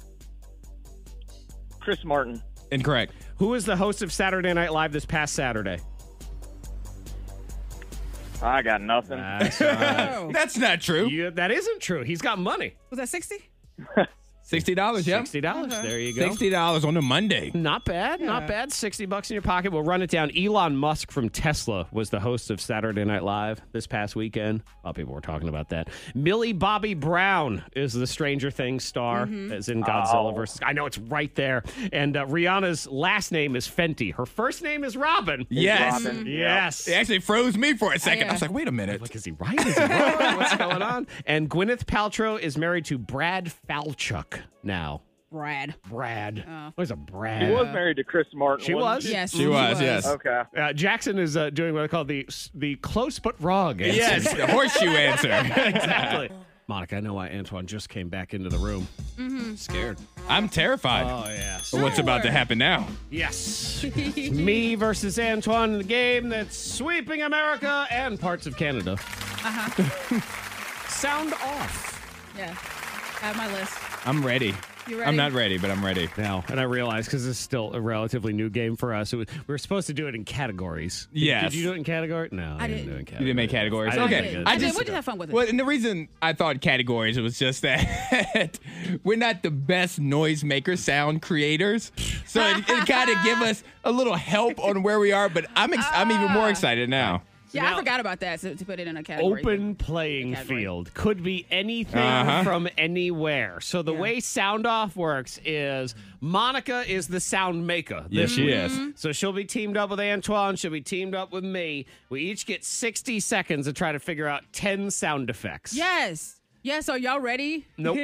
Chris Martin.
Incorrect.
Who is the host of Saturday Night Live this past Saturday?
I got nothing.
Oh.
That's not true.
Uh, You- that isn't true. He's got money.
Was that 60?
Sixty dollars. Yep.
Sixty dollars. There you go.
Sixty dollars on a Monday.
Not bad, not bad. 60 bucks in your pocket. We'll run it down. Elon Musk from Tesla was the host of Saturday Night Live this past weekend. A lot of people were talking about that. Millie Bobby Brown is the Stranger Things star, as in Godzilla versus. I know it's right there. And uh, Rihanna's last name is Fenty. Her first name is Robin.
Yes.
Robin.
Yes.
It actually froze me for a second.
yeah.
I was like, wait a minute.
Like, is he right? Is he wrong? [LAUGHS] What's going on? And Gwyneth Paltrow is married to Brad Falchuk now.
Brad.
Brad. Where's a Brad?
She was married to Chris Martin.
She
wasn't
was.
Yes.
She was, yes.
Okay.
Uh, Jackson is uh, doing what I call the the close but wrong. Answer. [LAUGHS]
Yes, the horseshoe answer. [LAUGHS]
exactly. Monica, I know why Antoine just came back into the room. Scared.
I'm terrified.
Oh yes.
of What's about to happen now?
Yes. It's me versus Antoine, the game that's sweeping America and parts of Canada. Uh-huh. [LAUGHS] Sound off
Yeah. I have my list.
I'm ready.
You
I'm
ready?
not ready, but I'm ready.
now, and I realize because this is still a relatively new game for us. It was, we were supposed to do it in categories. Did-
Yes.
Did you do it in category? No, I,
didn't.
do it in
You
category.
didn't make categories.
I didn't
okay.
make it.
I did. We'll just have fun with it.
Well, and the reason I thought categories was just that [LAUGHS] we're not the best noisemaker sound creators, so it, it kind of give us a little help on where we are. But I'm ex- I'm even more excited now.
Yeah,
now-
I forgot about that so, to put it in a category.
open playing
Category.
field could be anything
Uh-huh.
from anywhere. So the way sound off works is Monica is the sound maker. this week.
Mm-hmm.
is.
So she'll be teamed up with Antoine. She'll be teamed up with me. We each get 60 seconds to try to figure out 10 sound effects.
Yes. Yes. Are y'all ready?
Nope.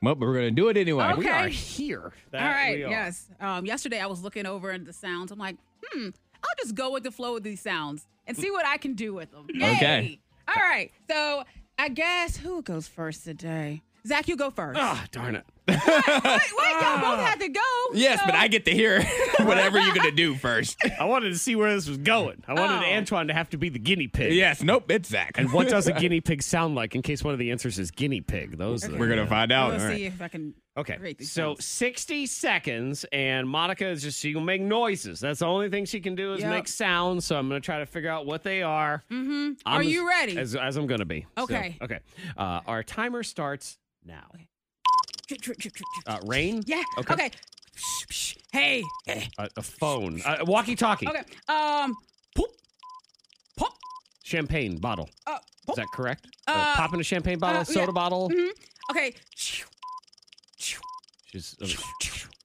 Well, but we're gonna do it anyway.
We
Okay.
are here. That
All right.
we are.
Yes. Um, yesterday I was looking over at the sounds. I'm like, hmm, I'll just go with the flow of these sounds and see what I can do with them. Yay.
Okay.
All right. So I guess who goes first today? Zach, you go first.
Ah, darn it.
Wait, wait, y'all both had to go.
Ah. Yes, but I get to hear [LAUGHS] whatever you're gonna
[LAUGHS]
do first.
I wanted to see where this was going. I wanted
Oh.
Antoine to have to be the guinea pig.
yes. Nope. It's Zach.
And
[LAUGHS]
what [LAUGHS] does a guinea pig sound like in case one of the answers is guinea pig? Those are
we're gonna find
I'm
out.
gonna
All
see
right.
if I can.
Okay.
create these
So
sounds.
60 seconds, and Monica is just, she will make noises. That's the only thing she can do is
Yep.
make sounds. So I'm going to try to figure out what they are. Mm-hmm.
Are you ready?
As, as I'm going to be. So,
Okay.
okay. Uh, our timer starts now. Uh, rain?
Yeah.
Okay.
Okay. Hey. Hey.
A, a phone. Uh, walkie talkie.
Okay. Um. Poop. Pop.
Champagne bottle.
Uh.
Is
Pop.
that correct?
Uh,
pop in a champagne bottle,
uh, yeah.
soda bottle.
Okay.
She's.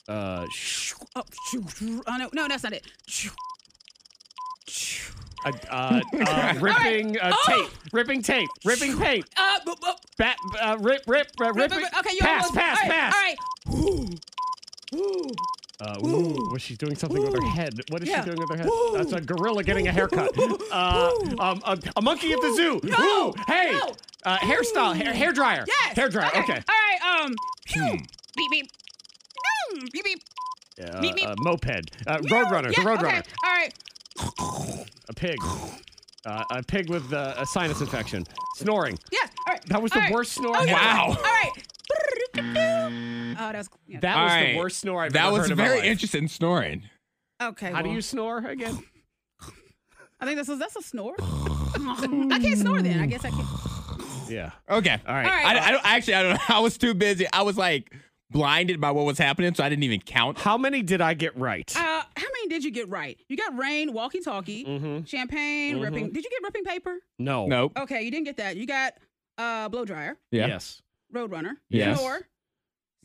Uh, uh, sh-
Oh, oh no, no, that's not it.
uh,
[LAUGHS]
uh, uh, ripping uh,
Oh!
tape, ripping tape, ripping paint,
Uh, bu- bu-
Bat, uh, rip, rip, uh,
bu-
rip,
bu-
rip.
okay, you
pass,
almost,
pass,
all right,
pass.
All right,
Uh, ooh, well, she's doing something with her head. What is
Yeah.
she doing with her head? That's a gorilla getting a haircut. Uh, um, a, a monkey at the zoo.
No,
Ooh, hey,
no.
uh, hairstyle, hair, hair dryer.
yes.
hair dryer. Okay. Hmm.
All right, um, pew, beep beep, Pew, beep beep,
Uh,
Meep, meep.
uh, moped. Uh,
pew.
roadrunner.
Yeah,
the roadrunner.
Okay. All right,
A pig. Uh, a pig with uh, a sinus infection. Snoring.
yeah, all right.
That was
all
the
right.
worst snore.
Oh,
I've
yeah.
ever-
Wow.
All right. Oh, that's yeah.
That
All
was
right.
the worst snore I've
That
ever
was
heard in my
very
life.
interesting snoring.
okay.
How do
well,
you snore
[LAUGHS]
again?
I think that's a, that's
[SIGHS]
a snore. I can't snore then. I guess I can't.
yeah.
Okay. All
right.
All right.
I, I don't actually. I don't. know. [LAUGHS] I was too busy. I was like blinded by what was happening, so I didn't even count.
How many did I get right?
Uh, how many did you get right? You got rain, walkie talkie,
Mm-hmm.
champagne, ripping. Did you get ripping paper?
no.
Nope.
Okay, you didn't get that. You got uh blow dryer,
Yeah.
Yes.
roadrunner,
Yes.
snore.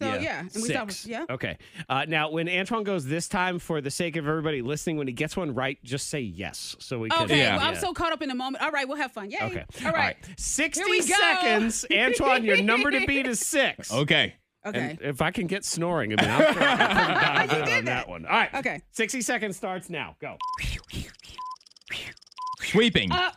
So yeah, and we stopped.
Six.
yeah.
Okay. Uh, now, when Antoine goes this time, for the sake of everybody listening, when he gets one right, just say yes, so we can.
Okay,
Yeah.
well, I'm so caught up in the moment. All right, we'll have fun. Yay.
Okay.
All right.
Sixty
we go.
seconds, Antoine. Your number to beat is six.
[LAUGHS] Okay.
Okay.
And if I can get snoring, I mean, I'm pretty
[LAUGHS]
down
you
good
did
on that
that.
one. All right.
Okay.
60 seconds starts now. Go.
Sweeping.
Uh,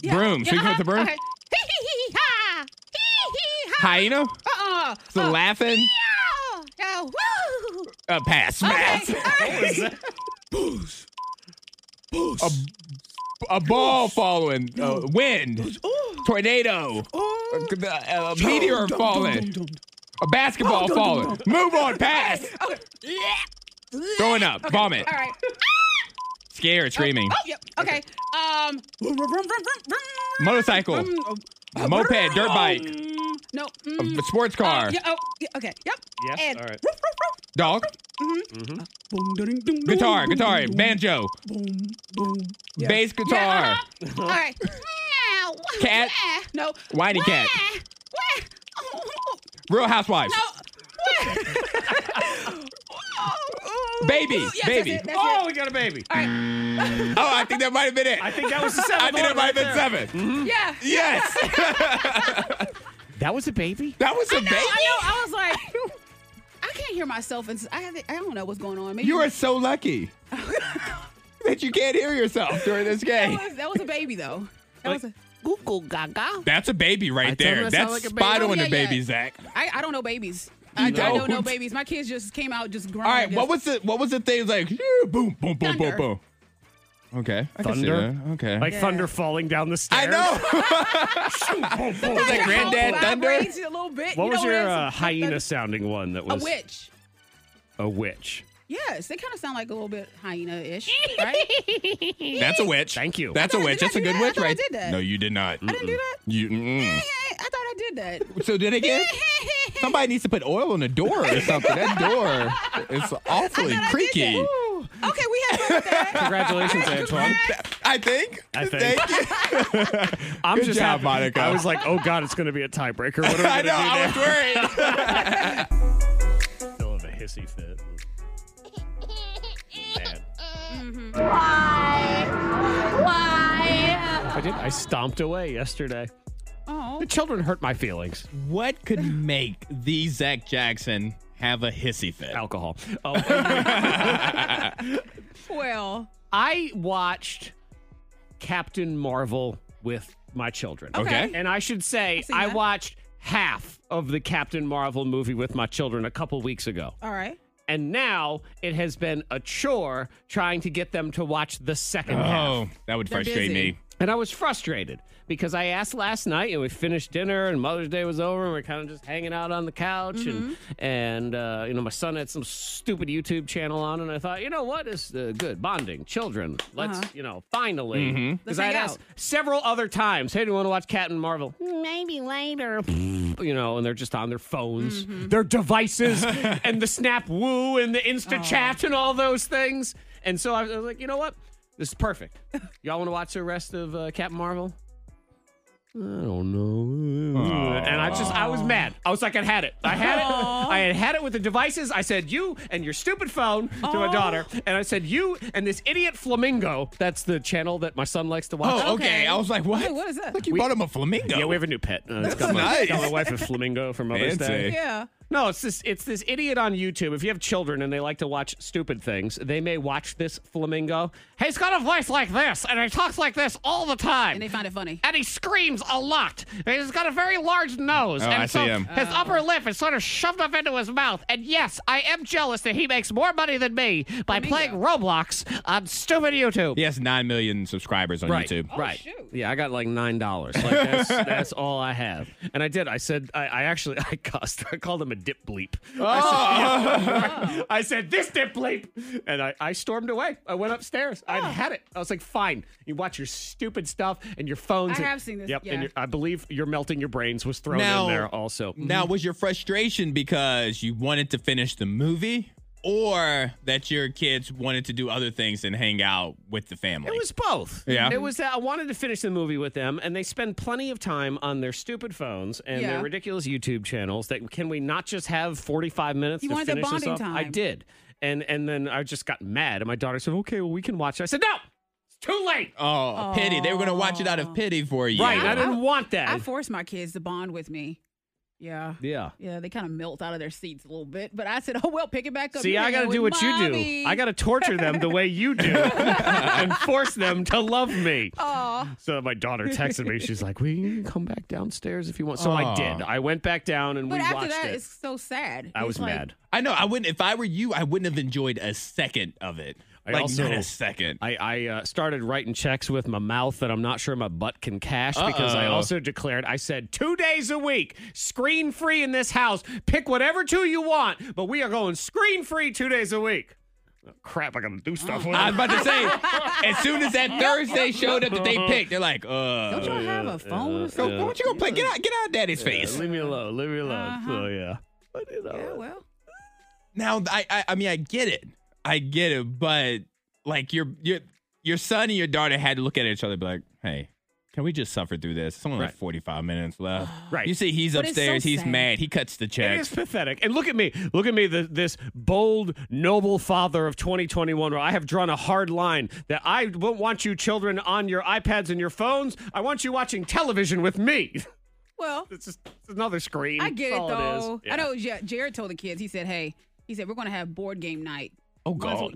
Yeah. Uh-huh.
Broom. Sweeping with the broom.
Okay. Hee-hee-hee-ha. Hee-hee-hee-ha.
Hyena.
Uh-uh.
So
Uh,
laughing.
meow. Yeah, woo.
Uh, pass.
Okay.
Pass.
All right.
A ball falling. Uh, wind. Tornado. Uh, uh, a meteor falling. A
Oh,
basketball falling. Move on. Pass. Throwing up. Vomit.
All right.
Scared. Screaming.
Oh, yep. Okay. Um. vroom, vroom, vroom, vroom, vroom.
Motorcycle.
Mm, oh,
Moped. Dirt bike.
mm, No.
A
mm,
sports car.
Yeah, oh, yeah, okay. Yep.
Yes,
And
all right.
roof, roof, roof.
Dog.
Mm-hmm.
Boom, ding, ding, ding,
Guitar.
Mm-hmm. boom,
Guitar.
boom,
Banjo.
boom, boom.
Bass guitar.
Yeah, uh-huh. All right. Meow.
Cat.
Wah. No.
Whiny
Wah.
cat.
Wah. Oh,
Real Housewives.
no. Wah. [LAUGHS] Oh,
Baby,
yes, that's
baby.
it, that's
Oh,
it.
we got a baby.
All right.
Oh, I think that might have been it.
I think that was
[LAUGHS]
the seventh
I
one
think that might have
right there.
been seven.
Yeah.
Yes.
That was a baby?
that was a baby.
I know. I was like, [LAUGHS] I can't hear myself, and s- I have, I don't know what's going on. Maybe
You are
[LAUGHS]
so lucky that you can't hear yourself during this
That
game.
was, that was a baby though. That was a Google Gaga.
That's a baby right
I don't know,
there.
it
That's
sound like a baby. Oh,
spot on
Yeah,
the baby,
yeah.
Zach.
I, I don't know babies. I, I
don't?
don't know babies. My kids just came out just growing.
All right,
[LAUGHS]
what was the what was the thing like? yeah, Boom, boom, boom, boom,
Thunder.
boom. Okay, I can see
Thunder?
that. Okay,
Like thunder falling down the
I
stairs. Oh,
know.
[LAUGHS]
[LAUGHS]
was
Your
that
house
Granddad Thunder?
vibrates A little bit.
What
you
was
know
your
it is?
uh, hyena sounding one that
A
was
witch.
a witch?
Yes, they kind of sound like a little bit
[LAUGHS]
hyena-ish, right?
That's a witch.
Thank you.
That's a
I
witch.
did
That's a
not do
good
that. I
witch,
thought I
right?
did that.
No, you did not.
I didn't do that.
You. Mm.
Hey, I thought I did
[LAUGHS]
that.
So did
[LAUGHS]
it again? Somebody needs to put oil on the door or something. That door is awfully
I did
creaky.
that. Okay, we had fun with
[LAUGHS]
that.
Congratulations, Antoine.
I think.
I think.
Thank you.
I'm
Good
just
job,
happy.
Monica.
I was like, oh god, it's going to be a tiebreaker. What
[LAUGHS]
am I
I
going
know.
to
I was worried.
[LAUGHS] do now? Still have a hissy fit. Bad.
Why?
I did. I stomped away yesterday.
Oh,
The children hurt my feelings.
What could make the Zach Jackson have a hissy fit?
Alcohol. Oh,
well.
[LAUGHS] I watched Captain Marvel with my children.
Okay.
And I should say,
seen
I
that.
watched half of the Captain Marvel movie with my children a couple weeks ago.
All right.
And now it has been a chore trying to get them to watch the second half.
Oh, that would
They're
frustrate
busy.
me.
And I was frustrated because I asked last night, and we finished dinner, and Mother's Day was over, and we are kind of just hanging out on the couch,
Mm-hmm.
and and uh, you know, my son had some stupid YouTube channel on, and I thought, you know what, it's uh, good bonding, children. Let's you know, finally,
Uh-huh. Let's
I
hang
had
out.
asked several other times, hey, do you want to watch Captain Marvel? Maybe later. You know, and they're just on their phones,
Mm-hmm.
their
[LAUGHS]
devices, and the Snap Woo and the
Oh.
Insta Chat and all those things. And so I was I was like, you know what? This is
[LAUGHS]
perfect. Y'all want to watch the rest of uh, Captain Marvel? I don't know. And I just, I was mad. I was like, I had it. I had it. I had had it with the devices. I said, you and your stupid phone to my daughter. And I said, you and this idiot flamingo. That's the channel that my son likes to watch.
Oh, okay.
Okay.
I was like, what?
Wait, what is that?
Look, you
We-
bought him a flamingo.
Yeah, we have a new pet. Uh, it's
That's
got my,
nice.
got my wife a flamingo for Mother's Day.
Fancy.
Yeah.
No, it's this it's this idiot on YouTube. If you have children and they like to watch stupid things, they may watch this flamingo. He's got a voice like this, and he talks like this all the time.
And they find it funny.
and he screams a lot. And he's got a very large nose.
Oh,
and
I
so
see him.
His upper lip is sort of shoved up into his mouth. And yes, I am jealous that he makes more money than me by playing Roblox on stupid YouTube.
He has 9 million subscribers on YouTube.
Right.
Oh, shoot.
Yeah, I got like nine dollars. Like
[LAUGHS]
that's that's all I have. And I did. I said I, I actually [LAUGHS] I cussed. I called him a dip bleep.
Oh.
I, said, yeah. [LAUGHS] I said this dip bleep, and I, I stormed away. I went upstairs.
Oh.
I had it. I was like, fine. You watch your stupid stuff and your phones.
I
and-
have seen this,
Yep.
yeah.
And your, I believe your melting your brains was thrown
Now-
in there also.
Now, was your frustration because you wanted to finish the movie or that your kids wanted to do other things and hang out with the family?
It was both.
Yeah.
It was that I wanted to finish the movie with them, and they spend plenty of time on their stupid phones and
Yeah.
their ridiculous YouTube channels. That can we not just have forty five minutes
You
to
wanted that
finish this
bonding
off? I
time.
did, and and then I just got mad, and my daughter said, "Okay, well we can watch." it." I said, "No, it's too late."
oh, pity. They were going to watch it out of pity for you.
Right, I didn't want that.
I force my kids to bond with me. Yeah.
Yeah.
Yeah, they kind of melt out of their seats a little bit. But I said, oh, well, pick it back [LAUGHS] up.
See, I got to do what you do. I got to torture them the way you
[LAUGHS]
do and force them to love me. So my daughter texted me. She's like, "Will you come back downstairs if you want?" So I
Aw.
did. I went back down and
But
we
after
watched
that,
it.
it's so sad.
I
It's
was
like,
mad.
I know. I wouldn't. If I were you, I wouldn't have enjoyed a second of it.
I
like
also-
not a second.
I, I uh, started writing checks with my mouth that I'm not sure my butt can cash because I
Uh-oh.
also declared I said two days a week, screen free in this house. Pick whatever two you want, but we are going screen free two days a week. Oh, crap, I gotta do stuff with
I
it.
was about to say, as soon as [LAUGHS] that Thursday showed up that they picked, they're like, uh,
Don't y'all have a phone or
go,
something?
why don't you go play? Get out, get out of daddy's face.
Leave me alone. Leave me alone. So yeah. But, you know,
Uh-huh. Yeah, well.
Now, I, I, I mean, I get it, I get it, but like your your your son and your daughter had to look at each other, and be like, hey. Can we just suffer through this? It's only like
Right.
45 minutes left.
[GASPS] Right.
You see, he's
But it's so
upstairs. he's
sad.
mad. He cuts the check.
It is pathetic. And look at me. Look at me, the, this bold, noble father of 2021, where I have drawn a hard line that I won't want you children on your iPads and your phones. I want you watching television with me. [LAUGHS]
Well,
It's just it's another screen.
I get it
That's all is.
though.
Yeah.
I know Ja- Jared told the kids, he said, hey, he said, we're going to have board game night.
oh,
Might as well-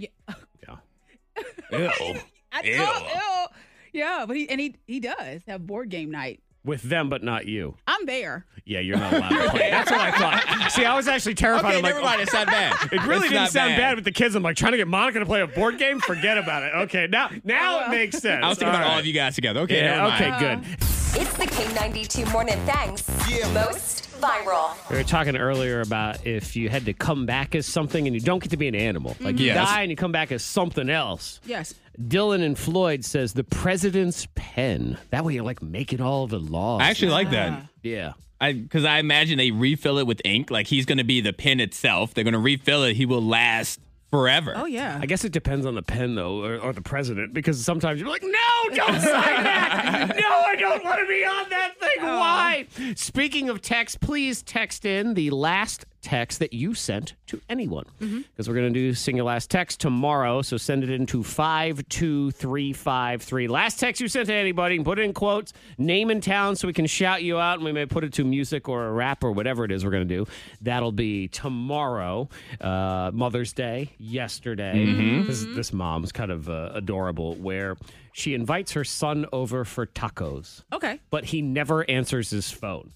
God.
[LAUGHS]
yeah.
Ew.
I
Ew.
know, ew. Yeah, but he and he he does have board game night.
With them, but not you.
I'm there.
Yeah, you're not
[LAUGHS]
allowed to play. That's what I thought. See, I was actually terrified.
Okay,
I'm like,
never mind. It's not bad.
[LAUGHS] It really
It's
didn't
not
sound bad. with the kids. I'm like trying to get Monica to play a board game. Forget about it. Okay, now
Oh,
now it
[LAUGHS]
makes sense.
I was thinking about
right.
all of you guys together. Okay, never
Yeah,
mind.
okay, good.
It's the K92 Morning Thanks most viral.
We were talking earlier about if you had to come back as something and you don't get to be an animal. Like you
Mm-hmm. Yes.
die and you come back as something else.
Yes.
Dylan and Floyd says the president's pen. That way you're like making all the laws.
I actually like that.
Yeah.
I because I imagine they refill it with ink. Like he's going to be the pen itself. They're going to refill it. He will last forever.
Oh yeah.
I guess it depends on the pen though, or, or the president, because sometimes you're like, No, don't sign that. No, I don't want to be on that thing. Why? Speaking of text, please text in the last text that you sent to anyone. Because we're gonna do sing your last text tomorrow. So send it in to five two three five three. Last text you sent to anybody, you can put it in quotes, name and town so we can shout you out and we may put it to music or a rap or whatever it is we're gonna do. That'll be tomorrow, uh, Mother's Day, yesterday. This, this mom's kind of uh, adorable where she invites her son over for tacos
Okay.
but he never answers his phone.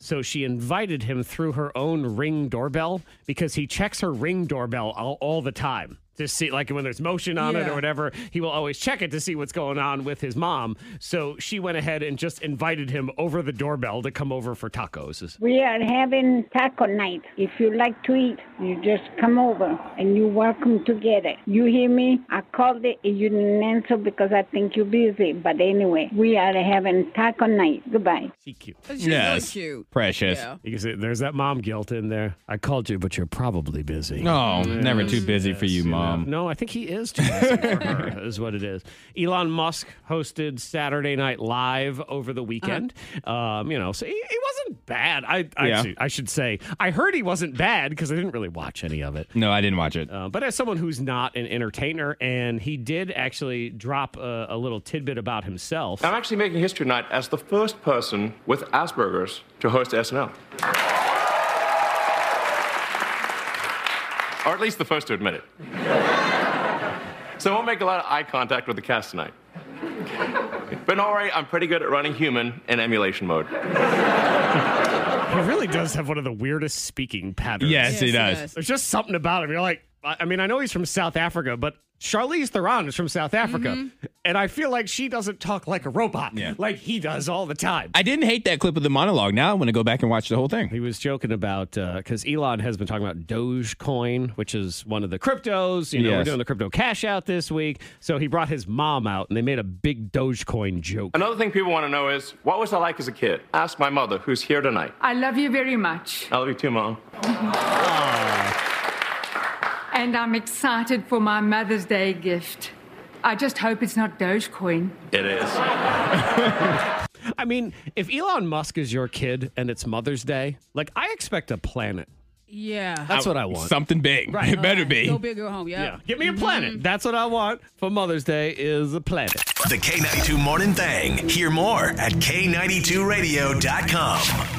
So she invited him through her own ring doorbell because he checks her ring doorbell all, all the time to see, like when there's motion on it
Yeah.
or whatever, he will always check it to see what's going on with his mom. So she went ahead and just invited him over the doorbell to come over for tacos.
We are having taco night. If you like to eat, you just come over and you're welcome to get it. You hear me? I called it and you didn't answer because I think you're busy. But anyway, we are having taco night. Goodbye.
She cute.
She's
Yes.
really cute.
Precious.
Yeah.
You can see there's that mom guilt in there. I called you, but you're probably busy.
Oh, never too busy for you,
You know?
mom.
No, I think he is too busy for
[LAUGHS]
her, is what it is. Elon Musk hosted Saturday Night Live over the weekend. Um, you know, so he, he wasn't bad. I I,
Uh-huh. Yeah.
should, I should say I heard he wasn't bad because I didn't really watch any of it.
No, I didn't watch it.
Uh, but as someone who's not an entertainer, and he did actually drop a, a little tidbit about himself.
I'm actually making history tonight as the first person with Asperger's to host SNL. or at least the first to admit it. so I won't make a lot of eye contact with the cast tonight. But don't worry, I'm pretty good at running human in emulation mode.
He really does have one of the weirdest speaking patterns.
Yes, he
Yes, he
does.
does.
There's just something about him. You're like, I I mean, I know he's from South Africa, but Charlize Theron is from South Africa, and I feel like she doesn't talk like a robot,
Yeah.
like he does all the time.
I didn't hate that clip of the monologue. Now I want to go back and watch the whole thing.
he was joking about because Elon has been talking about Dogecoin, which is one of the cryptos. You know, we're
Yes.
doing the crypto cash out this week, so he brought his mom out, and they made a big Dogecoin joke.
Another thing people want to know is what was I like as a kid? Ask my mother, who's here tonight.
I love you very much,
I love you too, Mom.
and I'm excited for my Mother's Day gift. I just hope it's not Dogecoin.
It is.
I mean, if Elon Musk is your kid and it's Mother's Day, like I expect a planet.
Yeah.
That's what I want.
Something big. Right. [LAUGHS] It better be.
Uh, Go big, go home. Yeah.
yeah, give me a planet. That's what I want for Mother's Day is a planet.
The K92 Morning Thang. Hear more at K92Radio.com.